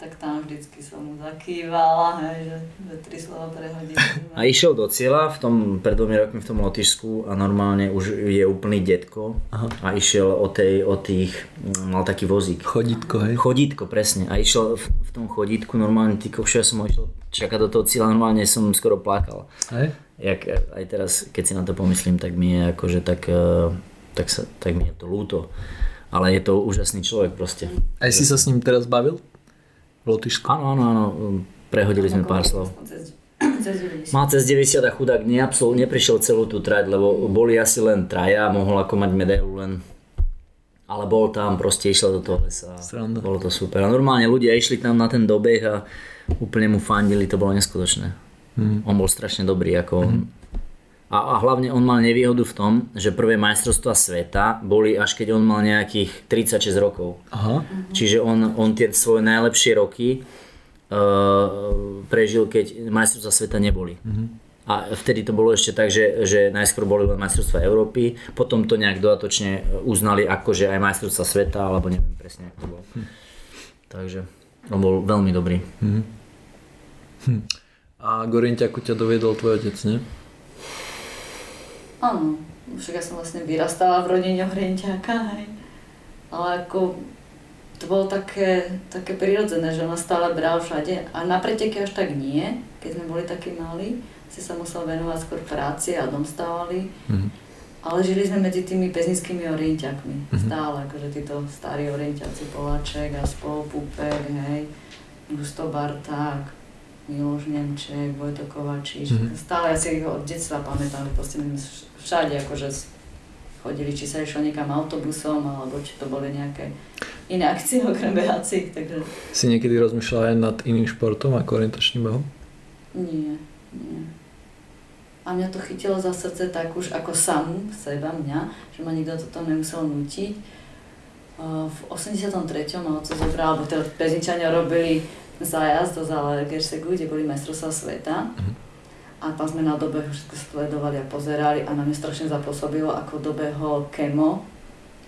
tak tam vždycky som mu zakývala, hej, že, že tri slova prehodím. A išiel do cieľa v tom, pred dvomi rokmi v tom Lotyšsku a normálne už je úplný detko Aha. a išiel o, tej, o tých, mm, mal taký vozík. Chodítko, hej? Chodítko, presne. A išiel v, v tom chodítku normálne, ty kokšo, ja som ho išiel čakať do toho cieľa, normálne som skoro plakal. Hej? Jak, e, aj teraz, keď si na to pomyslím, tak mi je akože tak, e, tak, sa, tak mi je to ľúto. Ale je to úžasný človek proste. Aj si sa s ním teraz bavil? V Lotyšsku? Áno, áno, áno, prehodili sme pár slov. Cez, cez 90. Má cez 90 a chudák neabsol, neprešiel celú tú trať, lebo boli asi len traja, mohol ako mať medailu len. Ale bol tam, proste išiel do toho lesa. Sranda. Bolo to super. A normálne ľudia išli tam na ten dobeh a úplne mu fandili, to bolo neskutočné. On bol strašne dobrý, ako on. A, a hlavne on mal nevýhodu v tom, že prvé majstrovstvá sveta boli až keď on mal nejakých 36 rokov. Aha. Mhm. Čiže on, on tie svoje najlepšie roky uh, prežil, keď majstrovstvá sveta neboli. A vtedy to bolo ešte tak, že, že najskôr boli len majstrovstvá Európy, potom to nejak dodatočne uznali ako, že aj majstrovstvá sveta, alebo neviem presne, ako to bolo. Takže on bol veľmi dobrý. A Gorinťaku ťa doviedol tvoj otec, ne? Áno, však ja som vlastne vyrastala v rodine Hrenťáka, hej. Ale ako to bolo také, také prirodzené, že ona stále bral všade a na preteky až tak nie, keď sme boli takí malí, si sa musel venovať skôr práci a dom stávali. Mhm. Ale žili sme medzi tými peznickými orientiakmi. Stále, akože títo starí orientiaci Poláček a spol Pupek, hej, Gusto Barták, Miloš Nemček, Vojto Kovačič. Mhm. Stále ja si ich od detstva pamätám, že proste my sme vš- všade akože s- chodili, či sa išlo niekam autobusom, alebo či to boli nejaké iné akcie okrem behací, takže Si niekedy rozmýšľal aj nad iným športom ako orientačným behom? nie, nie. A mňa to chytilo za srdce tak už ako samú seba mňa, že ma nikto to tam nemusel nutiť. Uh, V 83. ma otec zobral, alebo teda Pezinčania robili zájazd do Zalaegersegu, kde boli majstrovstvá sveta. Mhm. A tam sme na dobehu všetko sledovali a pozerali a na mňa strašne zapôsobilo, ako dobehol kemo.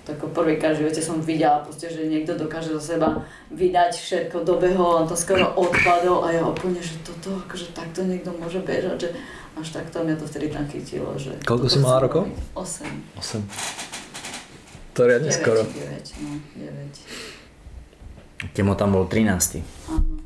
To ako prvýkrát v živote som videla, proste, že niekto dokáže zo seba vydať všetko, dobehol, on to skoro odpadol a ja úplne, že toto, akože takto niekto môže bežať, že až takto mňa to vtedy tam chytilo. Že Koľko toto si mala chcem rokov? robiť. Osem. 8. To riadne skoro. 9, no, 9. Temo tam bol 13. Áno.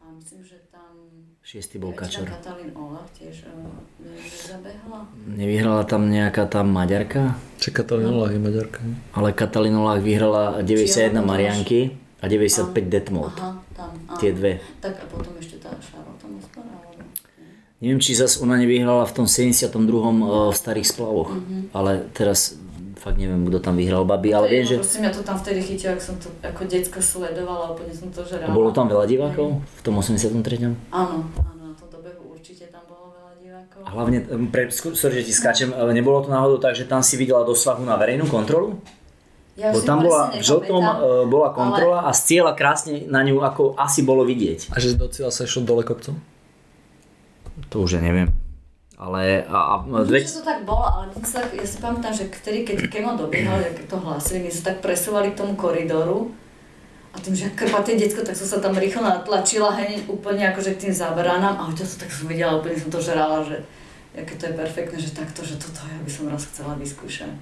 A myslím, že tam... 6. bol neviem, či Kačor. tam Katalín Olaf tiež eh, neviem, že zabehla. Nevyhrala tam nejaká tá Maďarka, Či Katalín Olah je Maďarka. nie? ale Katalinolách vyhrala 91 Čiže- Marianky a 95 Detmold. Aha, tam, áno. Tie dve. Tak a potom ešte tá Charlotte Moskva, alebo... Neviem, či zase ona nevyhrala v tom 72. v starých splavoch, ale teraz fakt neviem, kto tam vyhral babi, ale viem, že Proste mňa Mhm. to tam vtedy chytilo, ak som to ako decka sledovala, úplne som to žrala. bolo tam veľa Mhm. divákov v tom 83. Áno, áno, na tom dobehu určite tam bolo veľa divákov. A Hlavne, um, pre, skú- sorry, že ti skáčem, ale nebolo to náhodou tak, že tam si videla dosahu na verejnú kontrolu? Ja Bo si tam presne bola, v žltom nepamätám, eh, bola kontrola a z cieľa krásne na ňu ako asi bolo vidieť. A že do cieľa sa išlo dole kopcom? To už ja neviem. Ale a, a, Ale... No, dve, Veď... to tak bolo, ale my sa, ja si pamätám, že vtedy, keď Kemo dobiehal, jak to hlásili, my sa tak presúvali k tomu koridoru a tým, že krpaté detsko, tak som sa tam rýchlo natlačila hneď úplne akože k tým zábranám a to tak som videla, úplne som to žrala, že aké to je perfektné, že takto, že toto ja by som raz chcela vyskúšať.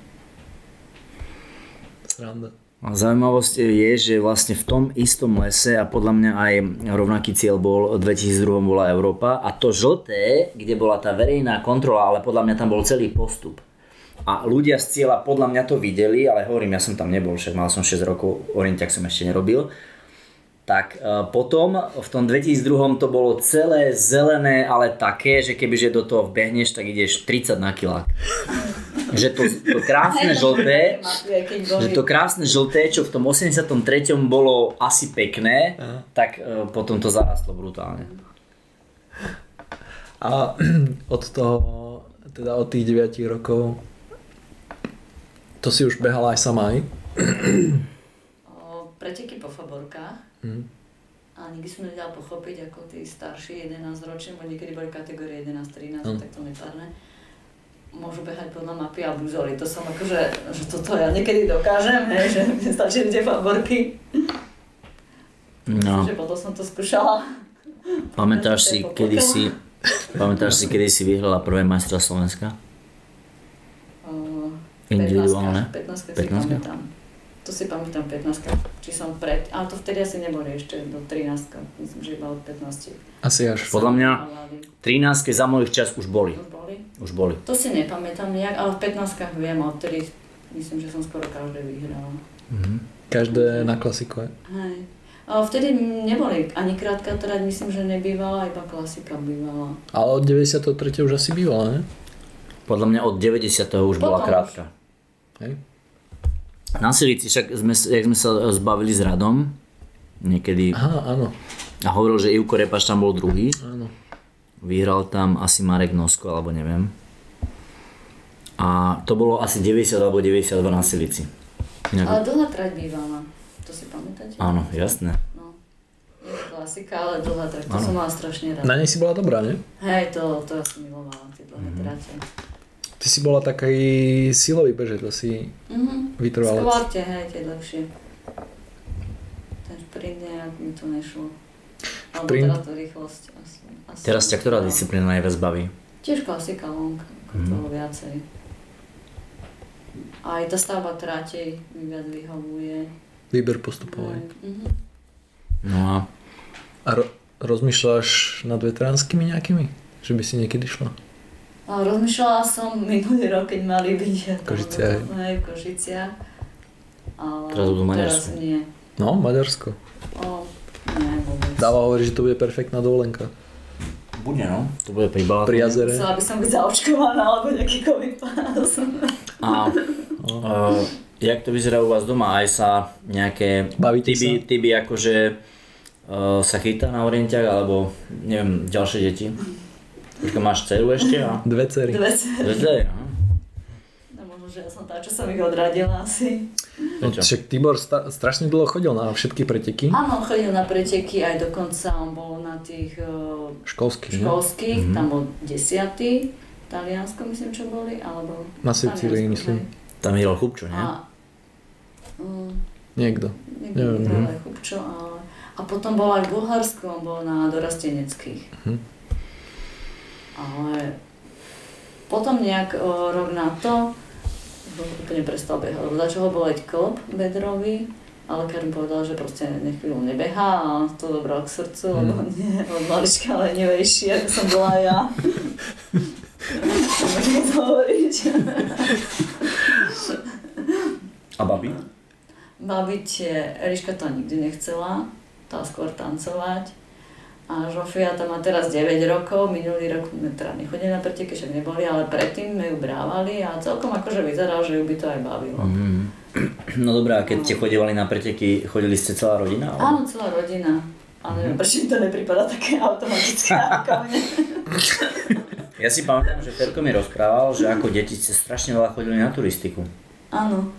Sranda. A Zaujímavosť je, že vlastne v tom istom lese a podľa mňa aj rovnaký cieľ bol, v 2002 bola Európa a to žlté, kde bola tá verejná kontrola, ale podľa mňa tam bol celý postup. A ľudia z cieľa podľa mňa to videli, ale hovorím, ja som tam nebol, však mal som 6 rokov, orientiak som ešte nerobil. Tak e, potom v tom 2002 to bolo celé zelené, ale také, že kebyže do toho vbehneš, tak ideš 30 na kilák. že to, to krásne žlté, Aj keď boli... že to krásne žlté, čo v tom 83. bolo asi pekné, Aha. tak e, potom to zarastlo brutálne. A od toho, teda od tých 9 rokov, to si už behala aj sama, aj? o preteky po faborkách. Hm. Mhm. A nikdy som nevedela pochopiť, ako tí starší 11 roční, bo niekedy boli kategórie Hm. 11-13, Áno. tak to nepárne, môžu behať podľa mapy a buzory. To som akože, že toto ja niekedy dokážem, hej, že mne stačili tie faborky. No, Že potom som to skúšala. pamätáš to je si, popolka. kedy si, pamätáš si, kedy si vyhrala prvé majstra Slovenska? O, Individuálne? 15 si 15-ka? pamätám. To si pamätám 15 či som pred, ale to vtedy asi neboli ešte do 13 myslím, že iba od 15 Asi až. Podľa mňa Ale 13 za mojich čas už boli. už boli. Už boli. To si nepamätám nejak, ale v 15 viem, a odtedy myslím, že som skoro každé vyhrala. Každé na klasiku, aj? Hej. Ale vtedy neboli ani krátka trať, myslím, že nebývala, iba klasika bývala. Ale od 93. už asi bývala, ne? Podľa mňa od 90. už Potom bola už. krátka. Hej? Na Silici však, sme, jak sme sa e, zbavili s Radom, niekedy, Aha, áno, a hovoril, že Ivko Repaš tam bol druhý. áno. Vyhral tam asi Marek Nosko, alebo neviem. A to bolo asi 90 alebo 92 na Silici. Inak... Ale dlhá trať bývala, to si pamätáte? Áno, jasné. No. Je to klasika, ale dlhá trať, Áno. to som mala strašne rada. Na nej si bola dobrá, ne? Hej, to, to ja som milovala, tie dlhé Mhm. trate. Ty si bola taký silový bežec, asi Mhm. vytrvalec. Skvarte, hej, tie lepšie. Ten šprint nejak mi to nešlo. Alebo Šprint? teda to rýchlosť asi. asi no. Teraz ťa ktorá disciplína najviac baví? Tiež klasika long, ako mm. Mhm. toho viacej. A aj tá stavba tráte mi viac vyhovuje. Výber postupový. Mhm. No a A ro- rozmýšľaš nad veteránskymi nejakými? Že by si niekedy šla? A rozmýšľala som minulý rok, keď mali byť. Košice, hej. Hej, Košicia. Ale Teraz budú teraz Maďarsko. nie. No, Maďarsko. O, nie, vôbec. Dáva hovorí, že to bude perfektná dovolenka. bude no, to bude pri Balatone. Pri jazere. Chcela by som byť zaočkovaná, alebo nejaký covid pás. A uh, jak to vyzerá u vás doma? Aj sa nejaké... Bavíte ty by, ty by akože uh, sa chytá na orientiach, alebo neviem, ďalšie deti? Počkaj, máš dceru ešte? A... Dve cery. Dve cery. Dve dcery, aha. No možno, že ja som tá, čo som ich odradila asi. No, Prečo? však Tibor sta- strašne dlho chodil na všetky Hm? preteky. Áno, chodil na preteky, aj dokonca on bol na tých eh, Školský, ne? školských, tam bol desiatý, Taliansko myslím, čo boli, alebo... Na Sicílii, Taliansko, myslím. hej. Tam hral chubčo, Mhm. nie? A, mm, Niekto. Neviem, neviem, mhm. ale chupčo, ale... A potom bol aj v Bulharsku, on bol na dorasteneckých. Mhm. Ale potom nejak o, rok na to, ho úplne prestal behať, lebo začal ho boleť klb bedrový a lekár mi povedal, že proste nech chvíľu nebehá a to dobrá k Mhm. srdcu, lebo nie, od malička lenivejší, ako som bola ja. Môžem to hovoriť. A babi? Babiť, Eliška to nikdy nechcela, tá skôr tancovať. A Žofia tam má teraz 9 rokov, minulý rok sme teda nechodili na preteky, však neboli, ale predtým sme ju brávali a celkom akože vyzerá, že ju by to aj bavilo. Mm. No dobrá, a keď ste chodívali na preteky, chodili ste celá rodina? ale- Áno, celá rodina. A Mhm. neviem, prečo im to nepripadá také automatické akože. ako mne. Ja si pamätám, že Ferko mi rozprával, že ako deti ste strašne veľa chodili na turistiku Áno,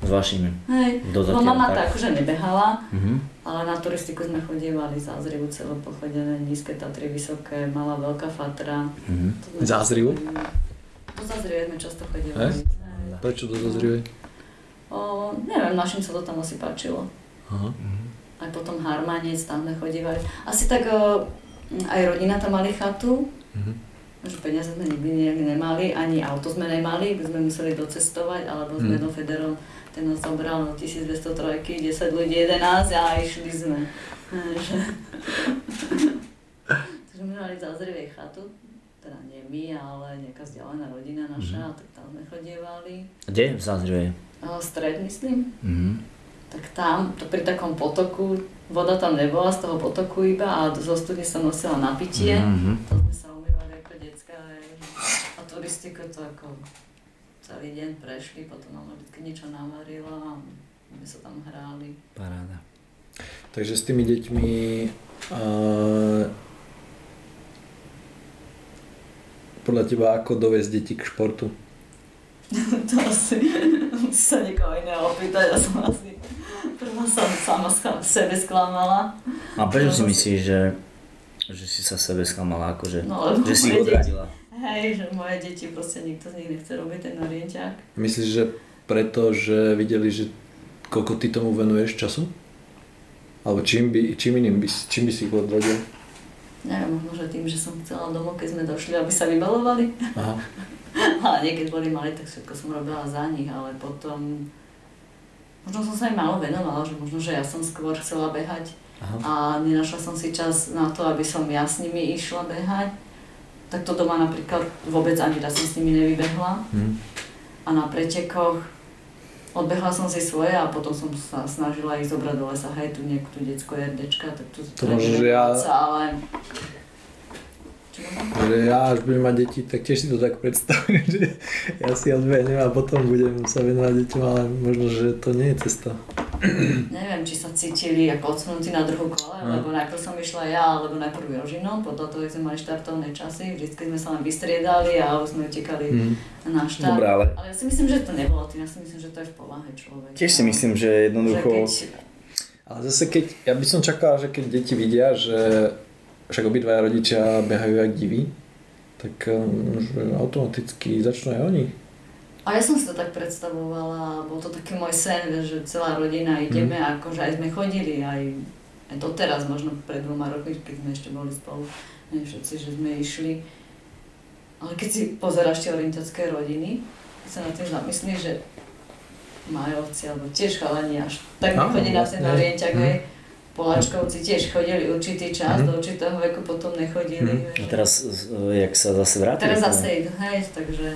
s vašimi. hej. Do Lebo zatiaľ, mama tak. tak akože nebehala, Mhm. ale na turistiku sme chodievali zázrivu celopochodené, nízke Tatry, vysoké, malá veľká fatra. Mhm. To sme- Zázrivu? Do zázrivu sme často chodievali. Hej? Hej. Prečo to zazrievať? O, neviem, našim sa to tam asi páčilo. Aha. Aj potom Harmanec, tam sme chodívali. Asi tak o, aj rodina tam mali chatu, Mhm. že peniaze sme nikdy nejak nemali, ani auto sme nemali, by sme museli docestovať, alebo sme Mhm. do Federov, ten nás zobral no, 1203, 10 ľudí, 11 a išli sme. Takže Takže my sme mali zázrivej chatu, teda nie my, ale nejaká vzdialená rodina naša, tak tam sme chodievali. Kde? V Zázrive. O, stred, myslím, Mhm. tak tam, to pri takom potoku, voda tam nebola z toho potoku iba a zo studne som nosila na pitie. To Mhm. sme sa umývali ako decka aj. a turistika to ako celý deň prešli, potom mama vždy niečo navarila a my sa tam hrali. Paráda. Takže s tými deťmi uh, podľa teba ako dovesť deti k športu? to asi musí sa niekoho iného opýtať, ja som asi prvá som sama skla- sebe sklamala. A prečo si myslíš, že, že si sa sebe sklamala, akože, No, lebo že si ich moje deti- odradila? Hej, že moje deti, proste nikto z nich nechce robiť ten orienťák. Myslíš, že preto, že videli, že koľko ty tomu venuješ času? Alebo čím, by, čím iným by, si- čím by si ich odradil? Neviem, možno, že tým, že som chcela domov, keď sme došli, aby sa vybalovali. Aha. Ale nie, keď boli mali, tak všetko som robila za nich, ale potom... Možno som sa im málo venovala, že možno, že ja som skôr chcela behať Aha. a nenašla som si čas na to, aby som ja s nimi išla behať. Tak to doma napríklad vôbec ani raz som s nimi nevybehla Hm. a na pretekoch odbehla som si svoje a potom som sa snažila ich zobrať do lesa, hej, tu niekto tu detsko jardečka, tak to, To možno, že ja- ale... Čo mám? Že ja až budem mať deti, tak tiež si to tak predstavujem, že ja si odbehnem a potom budem sa venovať deťom, ale možno, že to nie je cesta. neviem, či sa cítili ako odsunutí na druhú kole, Hm. Mm. lebo najprv som išla ja, alebo najprv Jožino, podľa toho, jak sme mali štartovné časy, vždycky sme sa len vystriedali a už sme utekali Hm. na štart. Dobre, ale Ale ja si myslím, že to nebolo tým, ja si myslím, že to je v povahe človeka. tiež si myslím, že že jednoducho... keď, Ale zase keď, ja by som čakal, že keď deti vidia, že však obidvaja rodičia behajú jak diví, tak um, že automaticky začnú aj oni. a ja som si to tak predstavovala, bol to taký môj sen, vieš, že celá rodina ideme, akože aj sme chodili, aj, aj doteraz, možno pred dvoma rokmi, keď sme ešte boli spolu, nie všetci, že sme išli. Ale keď si pozeráš tie orientačské rodiny, keď sa nad tým zamyslíš, že Majovci, alebo tiež chalani až tak Áno, nechodí na ten vlastne. orienťak, Mm. hej. Poláčkovci tiež chodili určitý čas, Mm. do určitého veku potom nechodili. Mm. vieš, A že- teraz, e, jak sa zase A vrátili? teraz zase idú, hej, takže...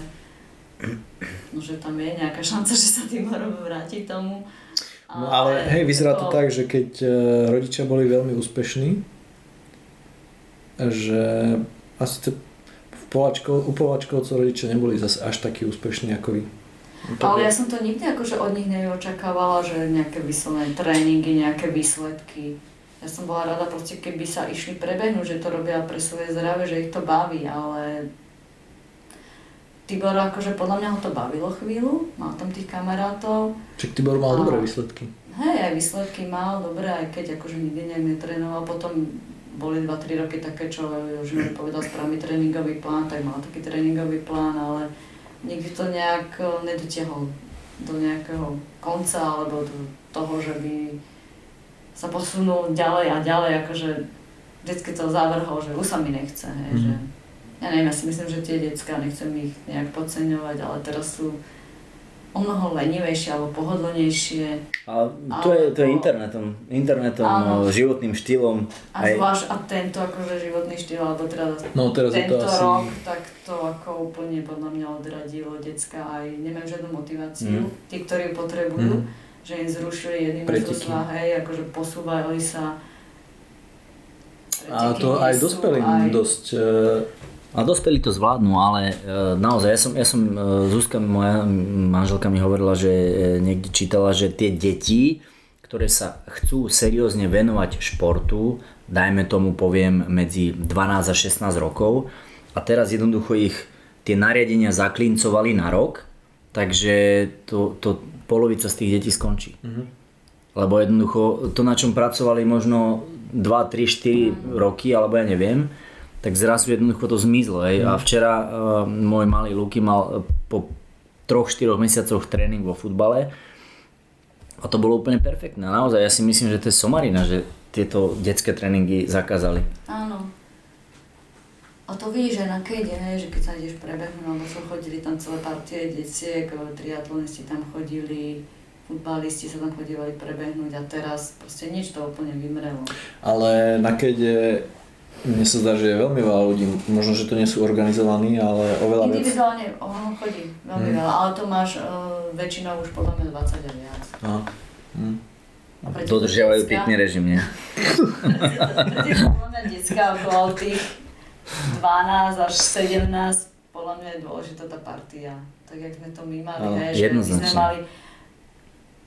No, že tam je nejaká šanca, že sa tým Morom vráti tomu. No ale hej, vyzerá to tak, že keď e, eh, rodičia boli veľmi úspešní, že asi to v Polačkov, u Polačkovcov rodičia neboli zase až takí úspešní ako vy. Ale ja som No to nikdy akože od nich neočakávala, že nejaké vyslovené tréningy, nejaké výsledky. Ja som bola rada proste, keby sa išli prebehnúť, že to robia pre svoje zdravie, že ich to baví, ale Tibor akože podľa mňa ho to bavilo chvíľu, mal tam tých kamarátov, Čiže Tibor mal Áno. dobré výsledky. Hej, aj výsledky mal, dobre, aj keď akože nikdy nejak netrénoval. Potom boli 2-3 roky také, čo už mi povedal správny tréningový plán, tak mal taký tréningový plán, ale nikdy to nejak eh, nedotiahol do nejakého konca alebo do toho, že by sa posunul ďalej a ďalej, akože vždycky to zavrhol, že už sa mi nechce, hej, Mhm. že ja neviem, ja si myslím, že tie decka, nechcem ich nejak podceňovať, ale teraz sú o mnoho lenivejšie alebo pohodlnejšie A to je, to je internetom, internetom, Áno. eh, životným štýlom. a zvlášť a tento akože životný štýl, alebo teda No teraz je tento to asi... rok, tak to ako úplne podľa mňa odradilo decka aj nemajú žiadnu motiváciu, Mhm. tí, ktorí ju potrebujú, že im zrušili jedným Preteky. zúsla, hej, akože posúvali sa. A Preteky to nie aj sú, dospelým aj- dosť... eh, A dospelí to zvládnu, ale e, naozaj, ja som, ja som e, Zuzka, moja manželka mi hovorila, že e, niekde čítala, že tie deti, ktoré sa chcú seriózne venovať športu, dajme tomu poviem medzi 12 a 16 rokov, a teraz jednoducho ich tie nariadenia zaklincovali na rok, takže to, to polovica z tých detí skončí. Lebo jednoducho to, na čom pracovali možno 2, 3, 4 roky, alebo ja neviem, tak zrazu jednoducho to zmizlo. Hej. A včera uh, môj malý Luky mal eh, po 3-4 mesiacoch tréning vo futbale a to bolo úplne perfektné. A Naozaj, ja si myslím, že to je somarina, že tieto detské tréningy zakázali. Áno. A to vidíš aj na kejde, hej, že keď sa ideš prebehnúť, alebo čo chodili tam celé partie detiek, e, triatlonisti tam chodili, futbalisti sa tam chodívali prebehnúť a teraz proste nič to úplne vymrelo. Ale na kede mne sa zdá, že je veľmi veľa ľudí, možno, že to nie sú organizovaní, ale oveľa viac. Individuálne ono chodí veľmi veľa, ale to máš e, väčšinou už podľa mňa 20 a viac. Aha. Hm. A pre tie Dodržiavajú detská- pekný režim, nie? pre tie Podľa mňa detská okolo tých 12 až 17, podľa mňa je dôležitá tá partia. Tak jak sme to my mali, Áno, hej, že my sme No, jednoznačne. mali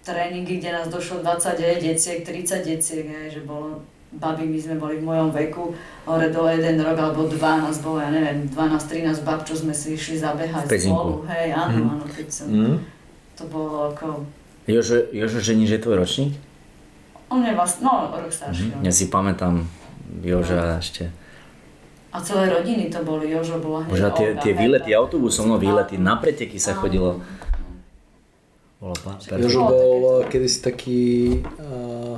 tréningy, kde nás došlo 20 hej, deciek, 30 deciek, hej, že bolo babi, my sme boli v mojom veku, hore dole jeden rok alebo 12, bolo, ja neviem, 12-13 bab, čo sme si išli zabehať V pezinku. Mhm. spolu, hej, áno, áno, keď som, Hm. to bolo ako, Jožo, Jožo Ženiš je tvoj ročník? on je vlastne, no, rok starší. on. Ja si pamätám Joža ešte. A celé rodiny to boli, Jožo bola hneď Bože, a tie, Olga, tie hej, výlety tak- autobusom, no výlety, na preteky sa Áno. chodilo. Bolo pa- perfektné. Jožo Bolo bol takéto. kedysi taký eh,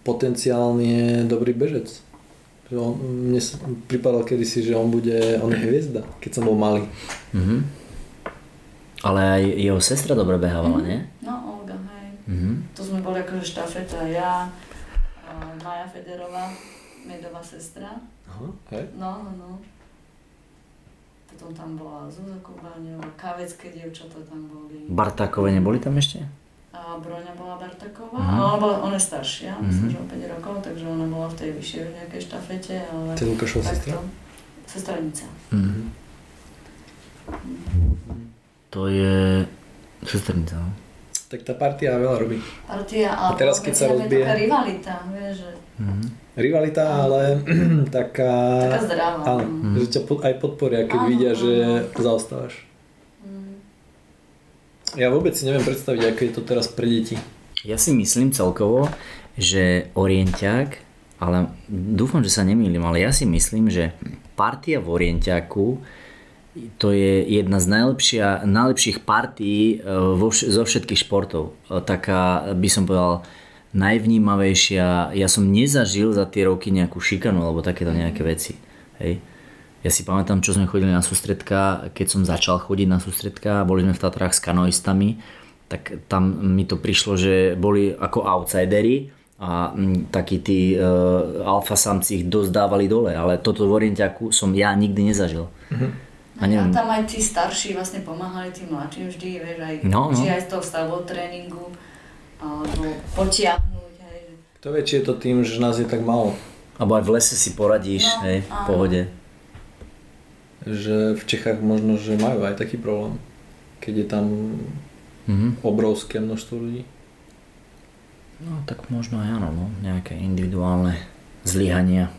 potenciálne dobrý bežec. Že on, mne sa pripadal kedysi, že on bude, on je hviezda, keď som bol malý. Mhm. Ale aj jeho sestra dobre behávala, nie? No, Olga, hej. Mhm. To sme boli akože štafeta, ja, a Maja Federová, medová sestra. Aha, hej. No, no, no. Potom tam bola Zuzka Kubáňová, kavecké dievčatá tam boli. Bartákové neboli tam ešte? A Broňa bola Bartaková, Mhm. ale bola, ona je staršia, myslím, Mhm. že o 5 rokov, takže ona bola v tej vyššej v nejakej štafete, ale To je Lukášova sestra? Sestranica. Mhm. To je... Sestrnica, no? Tak tá partia veľa robí. Partia, ale teraz, keď sa rozbije- Taká rivalita, vieš, že Mhm. Rivalita, ale taká... taká zdravá. Áno, no. že ťa po- aj podporia, keď Áno, vidia, že áno. zaostávaš. Mm. Ja vôbec si neviem predstaviť, ako je to teraz pre deti. Ja si myslím celkovo, že Orientiak, ale dúfam, že sa nemýlim, ale ja si myslím, že partia v Orientiaku to je jedna z najlepšia, najlepších partií e, vo, vš- zo všetkých športov. E, Taká, by som povedal, najvnímavejšia. Ja som nezažil za tie roky nejakú šikanu alebo takéto nejaké veci. Hej. Ja si pamätám, čo sme chodili na sústredka, keď som začal chodiť na sústredka, boli sme v Tatrách s kanoistami, tak tam mi to prišlo, že boli ako outsidery a mm, takí tí e, alfa samci ich dozdávali dole, ale toto v Orientiaku som ja nikdy nezažil. A A neviem. tam aj tí starší vlastne pomáhali tým mladším vždy, vieš, aj, No, no. či aj z toho stavbou tréningu, alebo potiahnuť, hej. že- Kto vie, či je to tým, že nás je tak málo. Alebo aj v lese si poradíš, No, hej, v áno. pohode. Že v Čechách možno, že majú aj taký problém. Keď je tam Mhm. obrovské množstvo ľudí. No tak možno aj áno, no, nejaké individuálne zlyhania,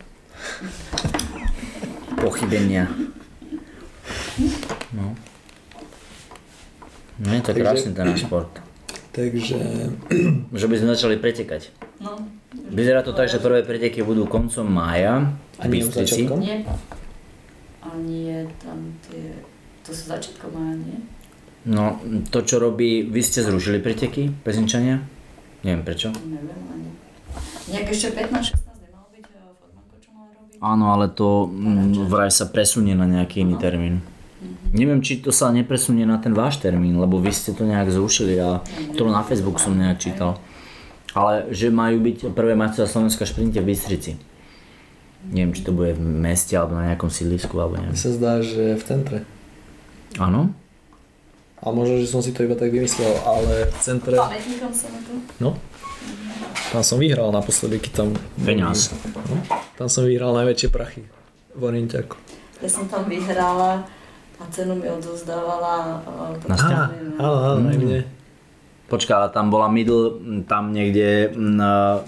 pochybenia. No. No je to Takže- krásny ten náš šport. Takže Že by sme začali pretekať. No, Vyzerá to tak, že prvé preteky budú koncom mája. A nie Bystrici. začiatkom? nie, ani je tam tie, to sú začiatkom maja, nie? No to, čo robí, vy ste zrušili preteky, pezinčania? Neviem prečo. Neviem, ani. Nejak ešte 15-16 nemalo byť eh, e, Formanko, čo mal robiť? No. Áno, ale to mm, vraj sa presunie na nejaký iný termín. Mhm. Neviem, či to sa nepresunie na ten váš termín, lebo vy ste to nejak zrušili a to na Facebook som nejak čítal. Ale že majú byť prvé majstrovstvá Slovenska šprinte v Bystrici. Neviem, či to bude v meste alebo na nejakom sídlisku alebo Mne neviem. sa zdá, že v centre. Áno? A možno, že som si to iba tak vymyslel, ale v centre... Pamätníkom sa na to. No. Tam som vyhral naposledy, keď tam... Peňaz. No, tam som vyhral najväčšie prachy v Orinťaku. Ja som tam vyhrála a cenu mi odozdávala eh, Á, Na počkajme, no. áno, áno, aj mne. Počkaj, ale tam bola middle, m, tam niekde mm, na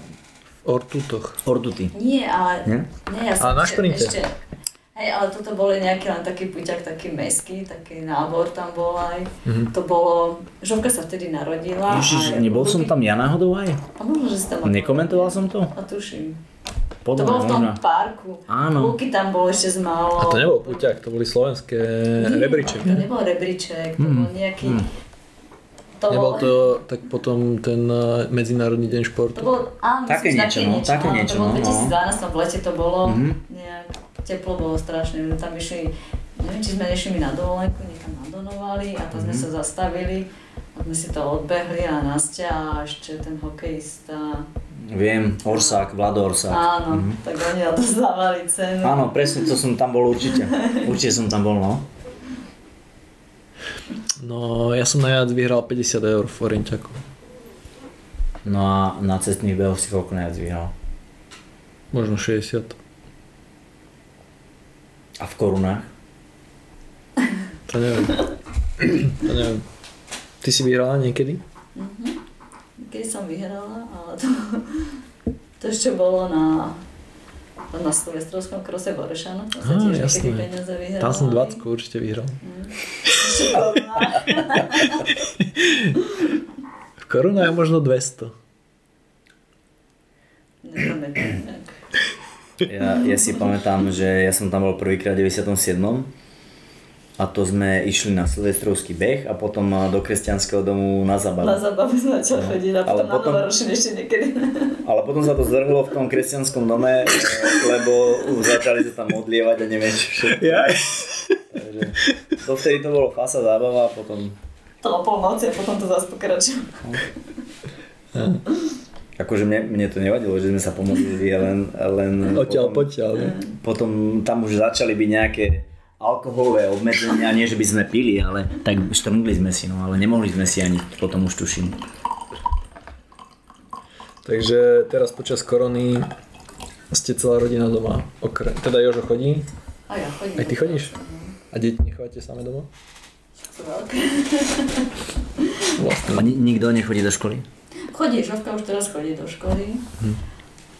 V Ortutoch. Orduty. Nie, ale... Nie? Nie, ja som Ale na ešte- šprinte. Ešte, hej, ale toto boli nejaký len taký puťak, taký meský, taký nábor tam bol aj. Mhm. To bolo... Žovka sa vtedy narodila. Ježiš, a- nebol som tam ja náhodou aj? A možno, že si tam... Nekomentoval som to? A tuším. To Podľa bolo v tom možno. parku. Áno. Luky tam bolo ešte z málo. A to nebol puťak, to boli slovenské Nie, rebríček, To ne? nebol rebríček, to Mhm. bol nejaký... To Nebol bol- to tak potom ten eh, Medzinárodný deň športu? To bolo, áno, Také myslím, niečo, no, také áno, niečo, To bolo no, v Mhm. no. 2012, tam v lete to bolo, nejak teplo bolo strašne, my tam išli, neviem, či sme išli na dovolenku, niekam nadonovali a tam Mhm. sme sa zastavili a sme si to odbehli a Nastia a ešte ten hokejista, Viem, Orsák, Vlado Orsák. áno, mhm. tak oni odozdávali cenu. Áno, presne, to som tam bol určite. Určite som tam bol, no. No, ja som najviac vyhral 50 eur v Orinťaku. No a na cestných behoch si koľko najviac vyhral? Možno 60. A v korunách? To neviem. to neviem. Ty si vyhrala niekedy? Keď som vyhrala, ale to, to ešte bolo na tam na Silvestrovskom krose Borešano, tam sa Á, tiež jasné. niekedy peniaze vyhrávali. Tam som 20 určite vyhral. V korunách možno 200. Nepamätám nejak. Ja, ja si pamätám, že ja som tam bol prvýkrát v 97. A to sme išli na silvestrovský beh a potom a, do kresťanského domu na zabavu. Na zábavu sme začali chodiť a Ale potom na potom- Novoročný ešte niekedy. Ale potom sa to zvrhlo v tom kresťanskom dome, e, lebo začali sa tam odlievať a neviem čo všetko. Ja? Takže dovtedy to bolo fasa zábava a potom... To o polnoci a potom to zase pokračuje. Akože mne, mne to nevadilo, že sme sa pomodlili, len... len Odtiaľ, potom, potiaľ. no. ne? potom tam už začali byť nejaké alkoholové obmedzenia, nie že by sme pili, ale Tak štrngli sme si, no ale nemohli sme si ani, potom už tuším. Takže teraz počas korony ste celá rodina doma. Okre... Teda Jožo chodí, A ja chodím. aj ty chodíš? A deti nechávate same doma? Sú veľké. Vlastne. A ni- nikto nechodí do školy? Chodí, Žovka už teraz chodí do školy.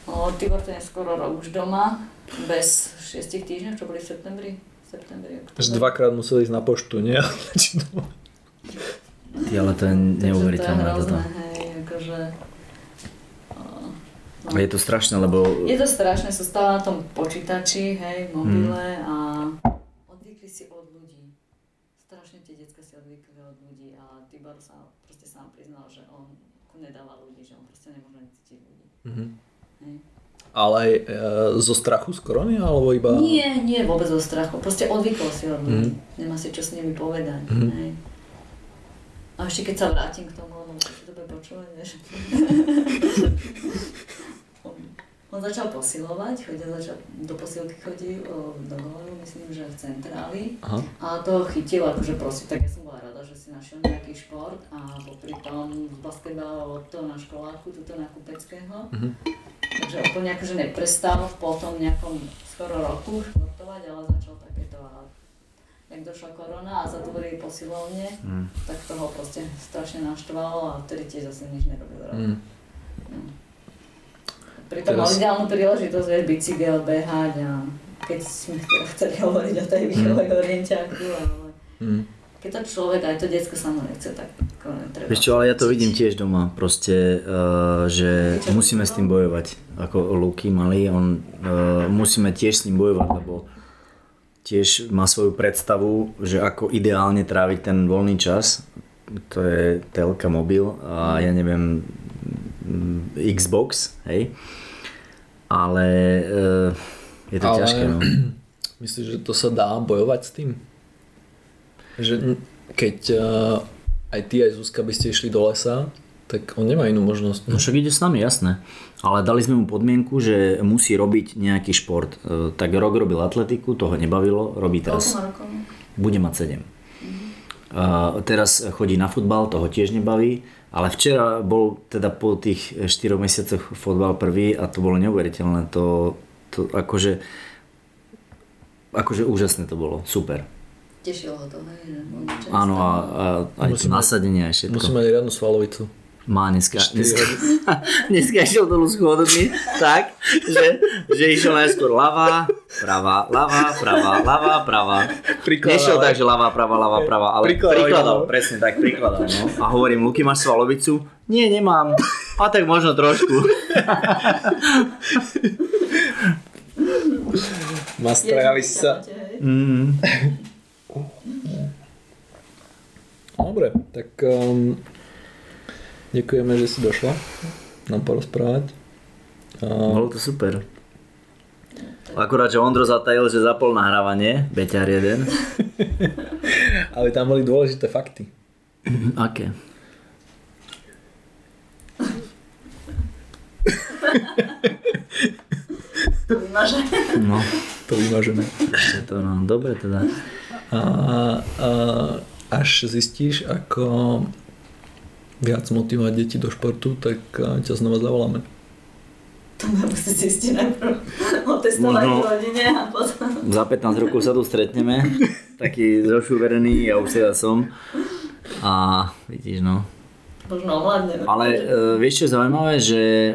O, Tibor ten je skoro rok už doma, bez šiestich týždňov, čo boli v septembri. V septembri, Že októbri. dvakrát museli ísť na poštu, nie? Či to- Ty, ale to je Takže neuveriteľné to je toto. hrozné, hej, akože... o, no. A je to strašné, lebo Je to strašné, sú stále na tom počítači, hej, mobile a odvykli si od ľudí. Strašne tie detská si odvykli od ľudí a Tibor sa proste sám priznal, že on ako nedáva ľudí, že on proste nemôže ani cítiť ľudí. Hej. Ale aj e, zo strachu z korony, alebo iba... Nie, nie vôbec zo strachu, proste odvykol si od ľudí, nemá si čo s nimi povedať, hej. A ešte keď sa vrátim k tomu, ono to dobre počúvať, vieš. on, on začal posilovať, chodil, začal, do posilky chodí, o, do goleu, myslím, že v centráli. Aha. A to chytil, akože prosím, tak ja som bola rada, že si našiel nejaký šport a popri tom basketbal to na školáku, tuto na Kupeckého. Takže úplne akože neprestal po tom nejakom skoro roku športovať, ale začal takéto a jak došla korona a zatvorili posilovne, tak to ho proste strašne naštvalo a vtedy tiež zase nič nerobil. Mm. Mm. Pritom mal Teraz- ideálnu príležitosť, vieš, bicykel, behať a keď sme teda chceli hovoriť o tej výchove mm. orienťáku, ale Mm. keď to človek, aj to detsko samo nechce, tak ako netreba. Vieš čo, ale ja to vidím tiež doma, proste, uh, že Čo? musíme s tým bojovať. Ako Luky malý, on, uh, musíme tiež s ním bojovať, lebo tiež má svoju predstavu, že ako ideálne tráviť ten voľný čas. To je telka, mobil a ja neviem, mm, Xbox, hej. Ale uh, je to Ale- ťažké, no. Myslíš, že to sa dá bojovať s tým? že keď uh, aj ty, aj Zuzka by ste išli do lesa, tak on nemá inú možnosť. No však ide s nami, jasné. Ale dali sme mu podmienku, že musí robiť nejaký šport. E, Tak rok robil atletiku, toho nebavilo, robí Koľko teraz. má rokov? Bude mať 7. A teraz chodí na futbal, toho tiež nebaví, ale včera bol teda po tých 4 mesiacoch futbal prvý a to bolo neuveriteľné. To, to akože, akože úžasné to bolo, super. Tešilo ho to, hej, že on niečo Áno a, nestal. a aj to Musíme- nasadenie aj všetko. Musí mať riadnu svalovicu. Má dneska, dneska, dneska išiel dolu schodmi tak, že, že išiel najskôr ľava, pravá, ľava, pravá, ľava, pravá. Prikladal. Nešiel tak, že ľava, pravá, ľava, pravá, ale Prikladal. no. prikladal, presne tak, prikladal. No. A hovorím, Luky, máš svalovicu? Nie, nemám. A tak možno trošku. Mastrajali Jedno sa. dieťa, hej. Mm. Dobre, tak um, ďakujeme, že si došla nám porozprávať. Um, Bolo to super. Akurát, že Ondro zatajil, že zapol nahrávanie, Beťar jeden. ale tam boli dôležité fakty. Aké? To vymaže. No, To vymažeme. je to no, dobre teda. A, a až zistíš, ako viac motivovať deti do športu, tak a, ťa znova zavoláme. To ma musíte zistiť najprv. Otestovať Možno- v rodine a potom... Za 15 rokov sa tu stretneme, taký zošuverený, ja už teda som. A vidíš, no. Možno ovládnem. Ale e, vieš čo je zaujímavé, že e,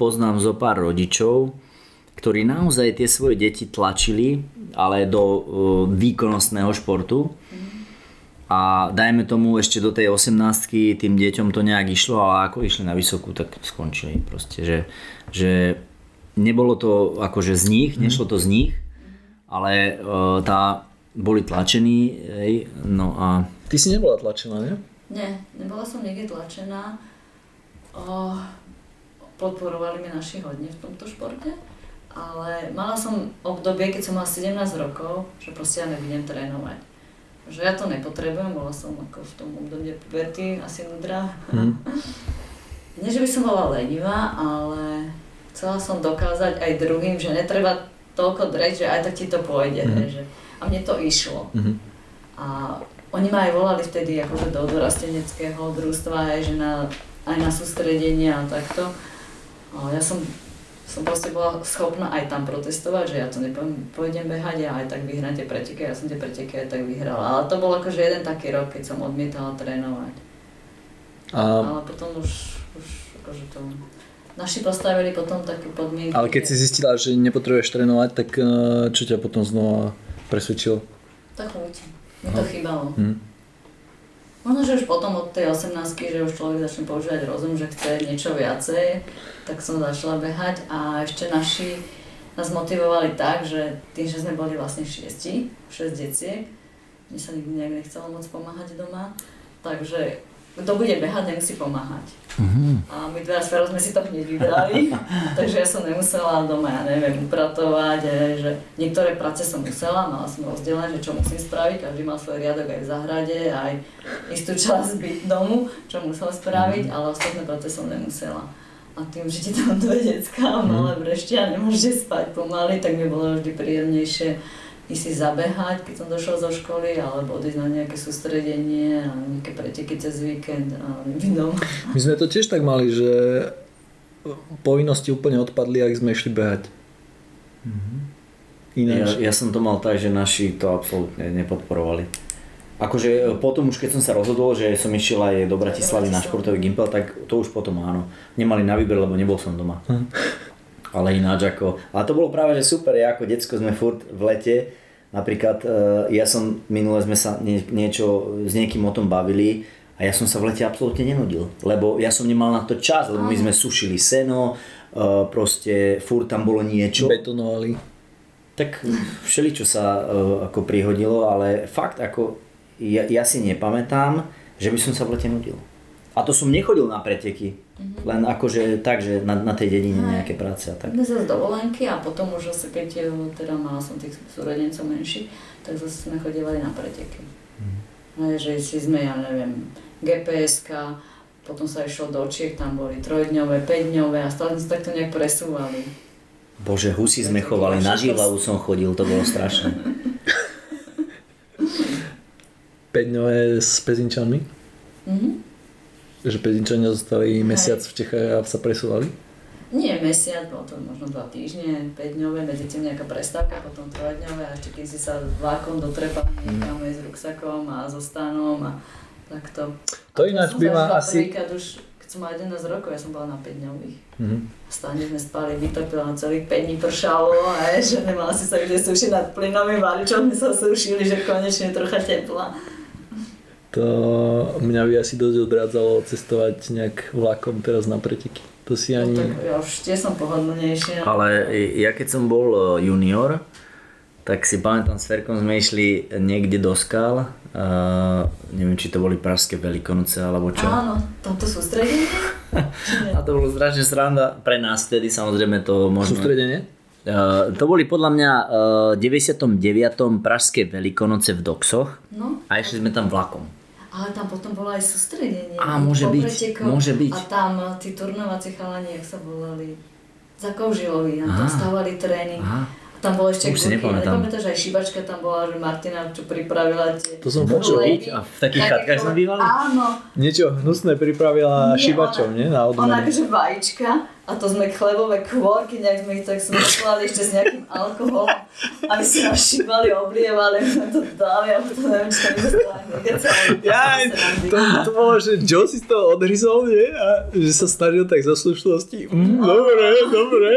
poznám zo pár rodičov, ktorí naozaj tie svoje deti tlačili, ale do e, výkonnostného športu. A dajme tomu ešte do tej 18 tým deťom to nejak išlo, ale ako išli na vysokú, tak skončili proste. Že, že nebolo to akože z nich, nešlo to z nich, ale e, tá, boli tlačení, hej, no a Ty si nebola tlačená, nie? Nie, nebola som niekde tlačená. O, podporovali mi naši hodne v tomto športe, ale mala som obdobie, keď som mala 17 rokov, že proste ja nebudem trénovať. Že ja to nepotrebujem, bola som ako v tom období puberty, asi nudrá. Mhm. Nie, že by som bola lenivá, ale chcela som dokázať aj druhým, že netreba toľko dreť, že aj tak ti to pôjde. Mhm. Mm. Že... A mne to išlo. Mhm. A oni ma aj volali vtedy akože do dorasteneckého družstva, aj, že na, aj na sústredenie a takto. A ja som, som proste bola schopná aj tam protestovať, že ja to nepoviem, pôjdem behať a aj tak vyhrám tie preteky, ja som tie preteky aj tak vyhrala. Ale to bol akože jeden taký rok, keď som odmietala trénovať. A, Ale potom už, už akože to... Naši postavili potom také podmienky. ale keď si zistila, že nepotrebuješ trénovať, tak e, čo ťa potom znova presvedčilo? To chuť. Mi to chýbalo. Hm. Možno, že už potom od tej 18 že už človek začne používať rozum, že chce niečo viacej, tak som začala behať a ešte naši nás motivovali tak, že tým, že sme boli vlastne šiesti, šesť detiek, mne sa nikdy nejak nechcelo moc pomáhať doma, takže kto bude behať, nemusí pomáhať. A my dva s Fero sme si to hneď vybrali, takže ja som nemusela doma, ja neviem, upratovať, hej, že niektoré práce som musela, mala som rozdelené, že čo musím spraviť, každý mal svoj riadok aj v záhrade, aj istú časť byť domu, čo musel spraviť, ale ostatné práce som nemusela. A tým, že ti tam dve decka malé breštia a nemôžete spať pomaly, tak mi bolo vždy príjemnejšie ísť si zabehať, keď som došla zo školy, alebo odísť na nejaké sústredenie, a nejaké preteky cez víkend a byť doma. My sme to tiež tak mali, že povinnosti úplne odpadli, ak sme išli behať. Mhm. Ináč. Ja, ja som to mal tak, že naši to absolútne nepodporovali. Akože e, potom už keď som sa rozhodol, že som išiel aj do Bratislavy na športový gimpel, tak to už potom áno. Nemali na výber, lebo nebol som doma. Ale ináč ako... A to bolo práve, že super, ja ako decko sme furt v lete, napríklad e, ja som, minule sme sa nie, niečo s niekým o tom bavili a ja som sa v lete absolútne nenudil, lebo ja som nemal na to čas, lebo my sme sušili seno, e, proste furt tam bolo niečo. Betonovali. Tak všeličo sa e, ako prihodilo, ale fakt ako ja, ja si nepamätám, že by som sa v lete nudil. A to som nechodil na preteky, len akože tak, že na, na tej dedine Hej. nejaké práce a tak. Tak. Zase dovolenky a potom už zase, keď eh, teda mala som tých súrodencov menší, tak zase sme chodívali na preteky. Mm. Že si sme, ja neviem, gps potom sa išlo do Čiek, tam boli trojdňové, päťdňové a stále sme sa takto nejak presúvali. Bože, husy sme chovali, na žilavu som chodil, to bolo strašné. 5 dňové s pezinčanmi? Mhm. Že pezinčania zostali mesiac v Čechách a sa presúvali? Nie mesiac, bolo to možno dva týždne, 5 dňové, medzi tým nejaká prestávka, potom trojdňové a ešte keď si sa vlákom dotrepal niekam aj s ruksakom a so stanom a takto. To A ináč som by ma zažila asi... prvýkrát už, keď som mala 11 rokov, ja som bola na 5 dňových. Mhm. V stane sme spali, vytopilo na celých 5 dní pršalo a je, že nemala si sa kde sušiť nad plynovým varičom, my sa sušili, že konečne trocha tepla. To mňa by asi dosť odrádzalo cestovať nejak vlakom teraz na preteky. To si No, tak ani... ja už tie som pohodlnejšia. Ale ja keď som bol eh, junior, tak si pamätám s Ferkom sme išli niekde do skal, eh, neviem či to boli Pražské veľkonoce alebo čo. Áno, tomto sústredenie. A to bolo strašne sranda pre nás vtedy, samozrejme to možno... Sústredenie? Eh, to boli podľa mňa eh, 99. Pražské veľkonoce v Doxoch No, a išli sme tam vlakom. Ale tam potom bolo aj sústredenie. Á, môže Po byť, pretekoch. môže byť. A tam eh, tí turnovací chalani, jak sa volali, za Koužilovi, tam tam Aha. stávali tréning. Aha. A tam bolo ešte Už si Gurky. nepamätám. Nepamätáš, aj Šibačka tam bola, že Martina, čo pripravila tie... To som Bolo počul. ledy. A v takých chatkách sme bývali? Áno. Niečo hnusné pripravila šibačom, ona- nie? Na Ona odmene. akože vajíčka a to sme chlebové kvorky, nejak sme ich tak smyslali ešte s nejakým alkoholom, aby sme nás šíbali, oblievali, aby sme to dali a potom neviem, čo tam dostali. Jaj, to, to bolo, že Joe si to odhryzol, nie? A že sa snažil tak zo slušnosti. Mm, dobre, dobre.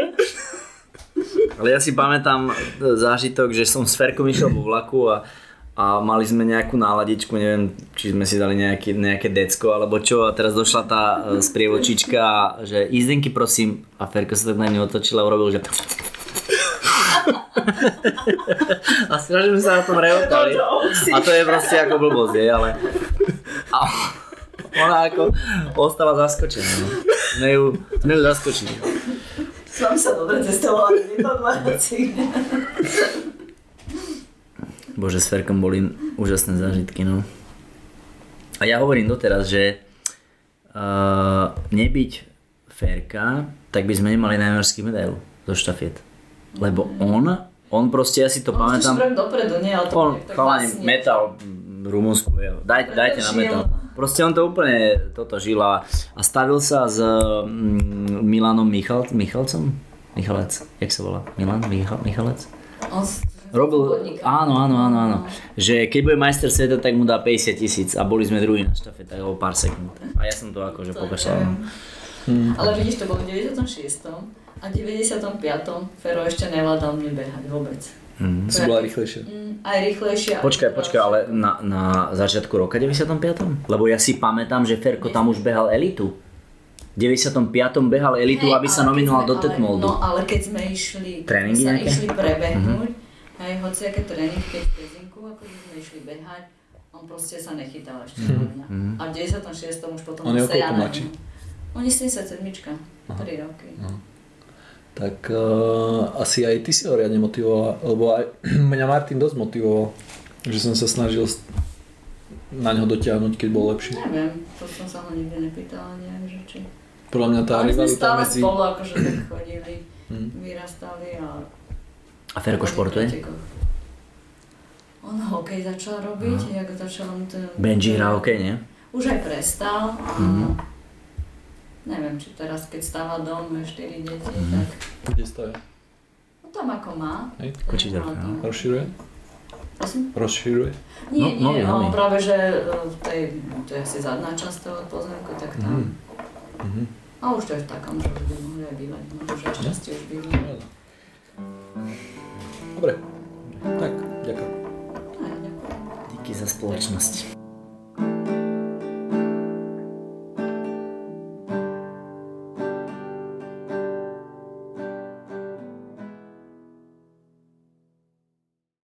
Ale ja si pamätám e, zážitok, že som s Ferkom išiel vo vlaku a, a mali sme nejakú náladičku, neviem, či sme si dali nejaký, nejaké decko alebo čo a teraz došla tá e, sprievodčička, a že ízdenky prosím a Ferko sa tak na ňu otočila a urobil, že a strašne sme sa na tom rehotali. A to je proste ako blbosť, je, ale... A ona ako ostala zaskočená. no. Sme ju, sme ju zaskočili. S vami sa dobre cestovali, my to dvajaci. Bože, s Ferkom boli úžasné zážitky, no. A ja hovorím doteraz, že uh, nebyť Ferka, tak by sme nemali najmorský medailu zo štafiet. Lebo on, on proste, ja si to pamätám, Šprem dopredu, nie, ale to on, tak chalani, vlastne. metal v Rumunsku, je, daj, Preto dajte na žil. metal. Proste on to úplne toto žil a, a stavil sa s mm, Milanom Michal, Michalcom? Michalec, jak sa volá? Milan? Michal, Michalec? On s- Robil, podnik. áno, áno, áno, áno. Že keď bude majster sveta, tak mu dá 50 tisíc a boli sme druhý na štafete o pár sekúnd. A ja som to akože To pokašľal. neviem. Ale vidíš, to bolo v 96. a 95. Fero ešte nevládal mne behať vôbec. Mhm. Si bola rýchlejšia. Mm, aj rýchlejšie. aj- Počkaj, počkaj, ale na, na začiatku roka 95. Lebo ja si pamätám, že Ferko tam už behal elitu. V 95. behal elitu, Hej, aby ale sa keď nominoval sme- do ale- Tetmoldu. No, ale keď sme išli, Tréningy sa nejaké? Mhm. išli prebehnúť, aj hociaké tréningy, keď v Pezinku, ako sme išli behať, on proste sa nechytal ešte na mňa. A v 96. už potom Mhm, On je o zase koľko ja na mladší? ňu. On je 77. 3 roky. Tak uh, asi aj ty si ho riadne motivovala, lebo aj mňa Martin dosť motivoval, že som sa snažil s- na ňo dotiahnuť, keď bol lepší. Neviem, to som sa ho nikdy nepýtala nejak, že či... Podľa mňa tá Ale sme rivalita stále medzi... spolu akože tak chodili, Mm. vyrastali a... A Ferko športuje? On hokej začal robiť, jak začal on ten... Benji hrá OK, nie? Mhm. Už aj prestal. A Neviem, či teraz, keď stáva dom, má 4 deti, Mhm. tak... Kde stojí? No tam ako má. Hej? Učiteľka, Má no. dom. Rozširuje? Prosím? Rozširuje? Nie, No, nie, nový, nový. on práve, že e, v tej, to je asi zadná časť toho pozemku, tak tam... Mhm. A už to je v takom, že ľudia mohli aj bývať, možno, že Mhm. aj šťastie už bývajú. Dobre. Tak, ďakujem. No, ja ďakujem. Díky za spoločnosť.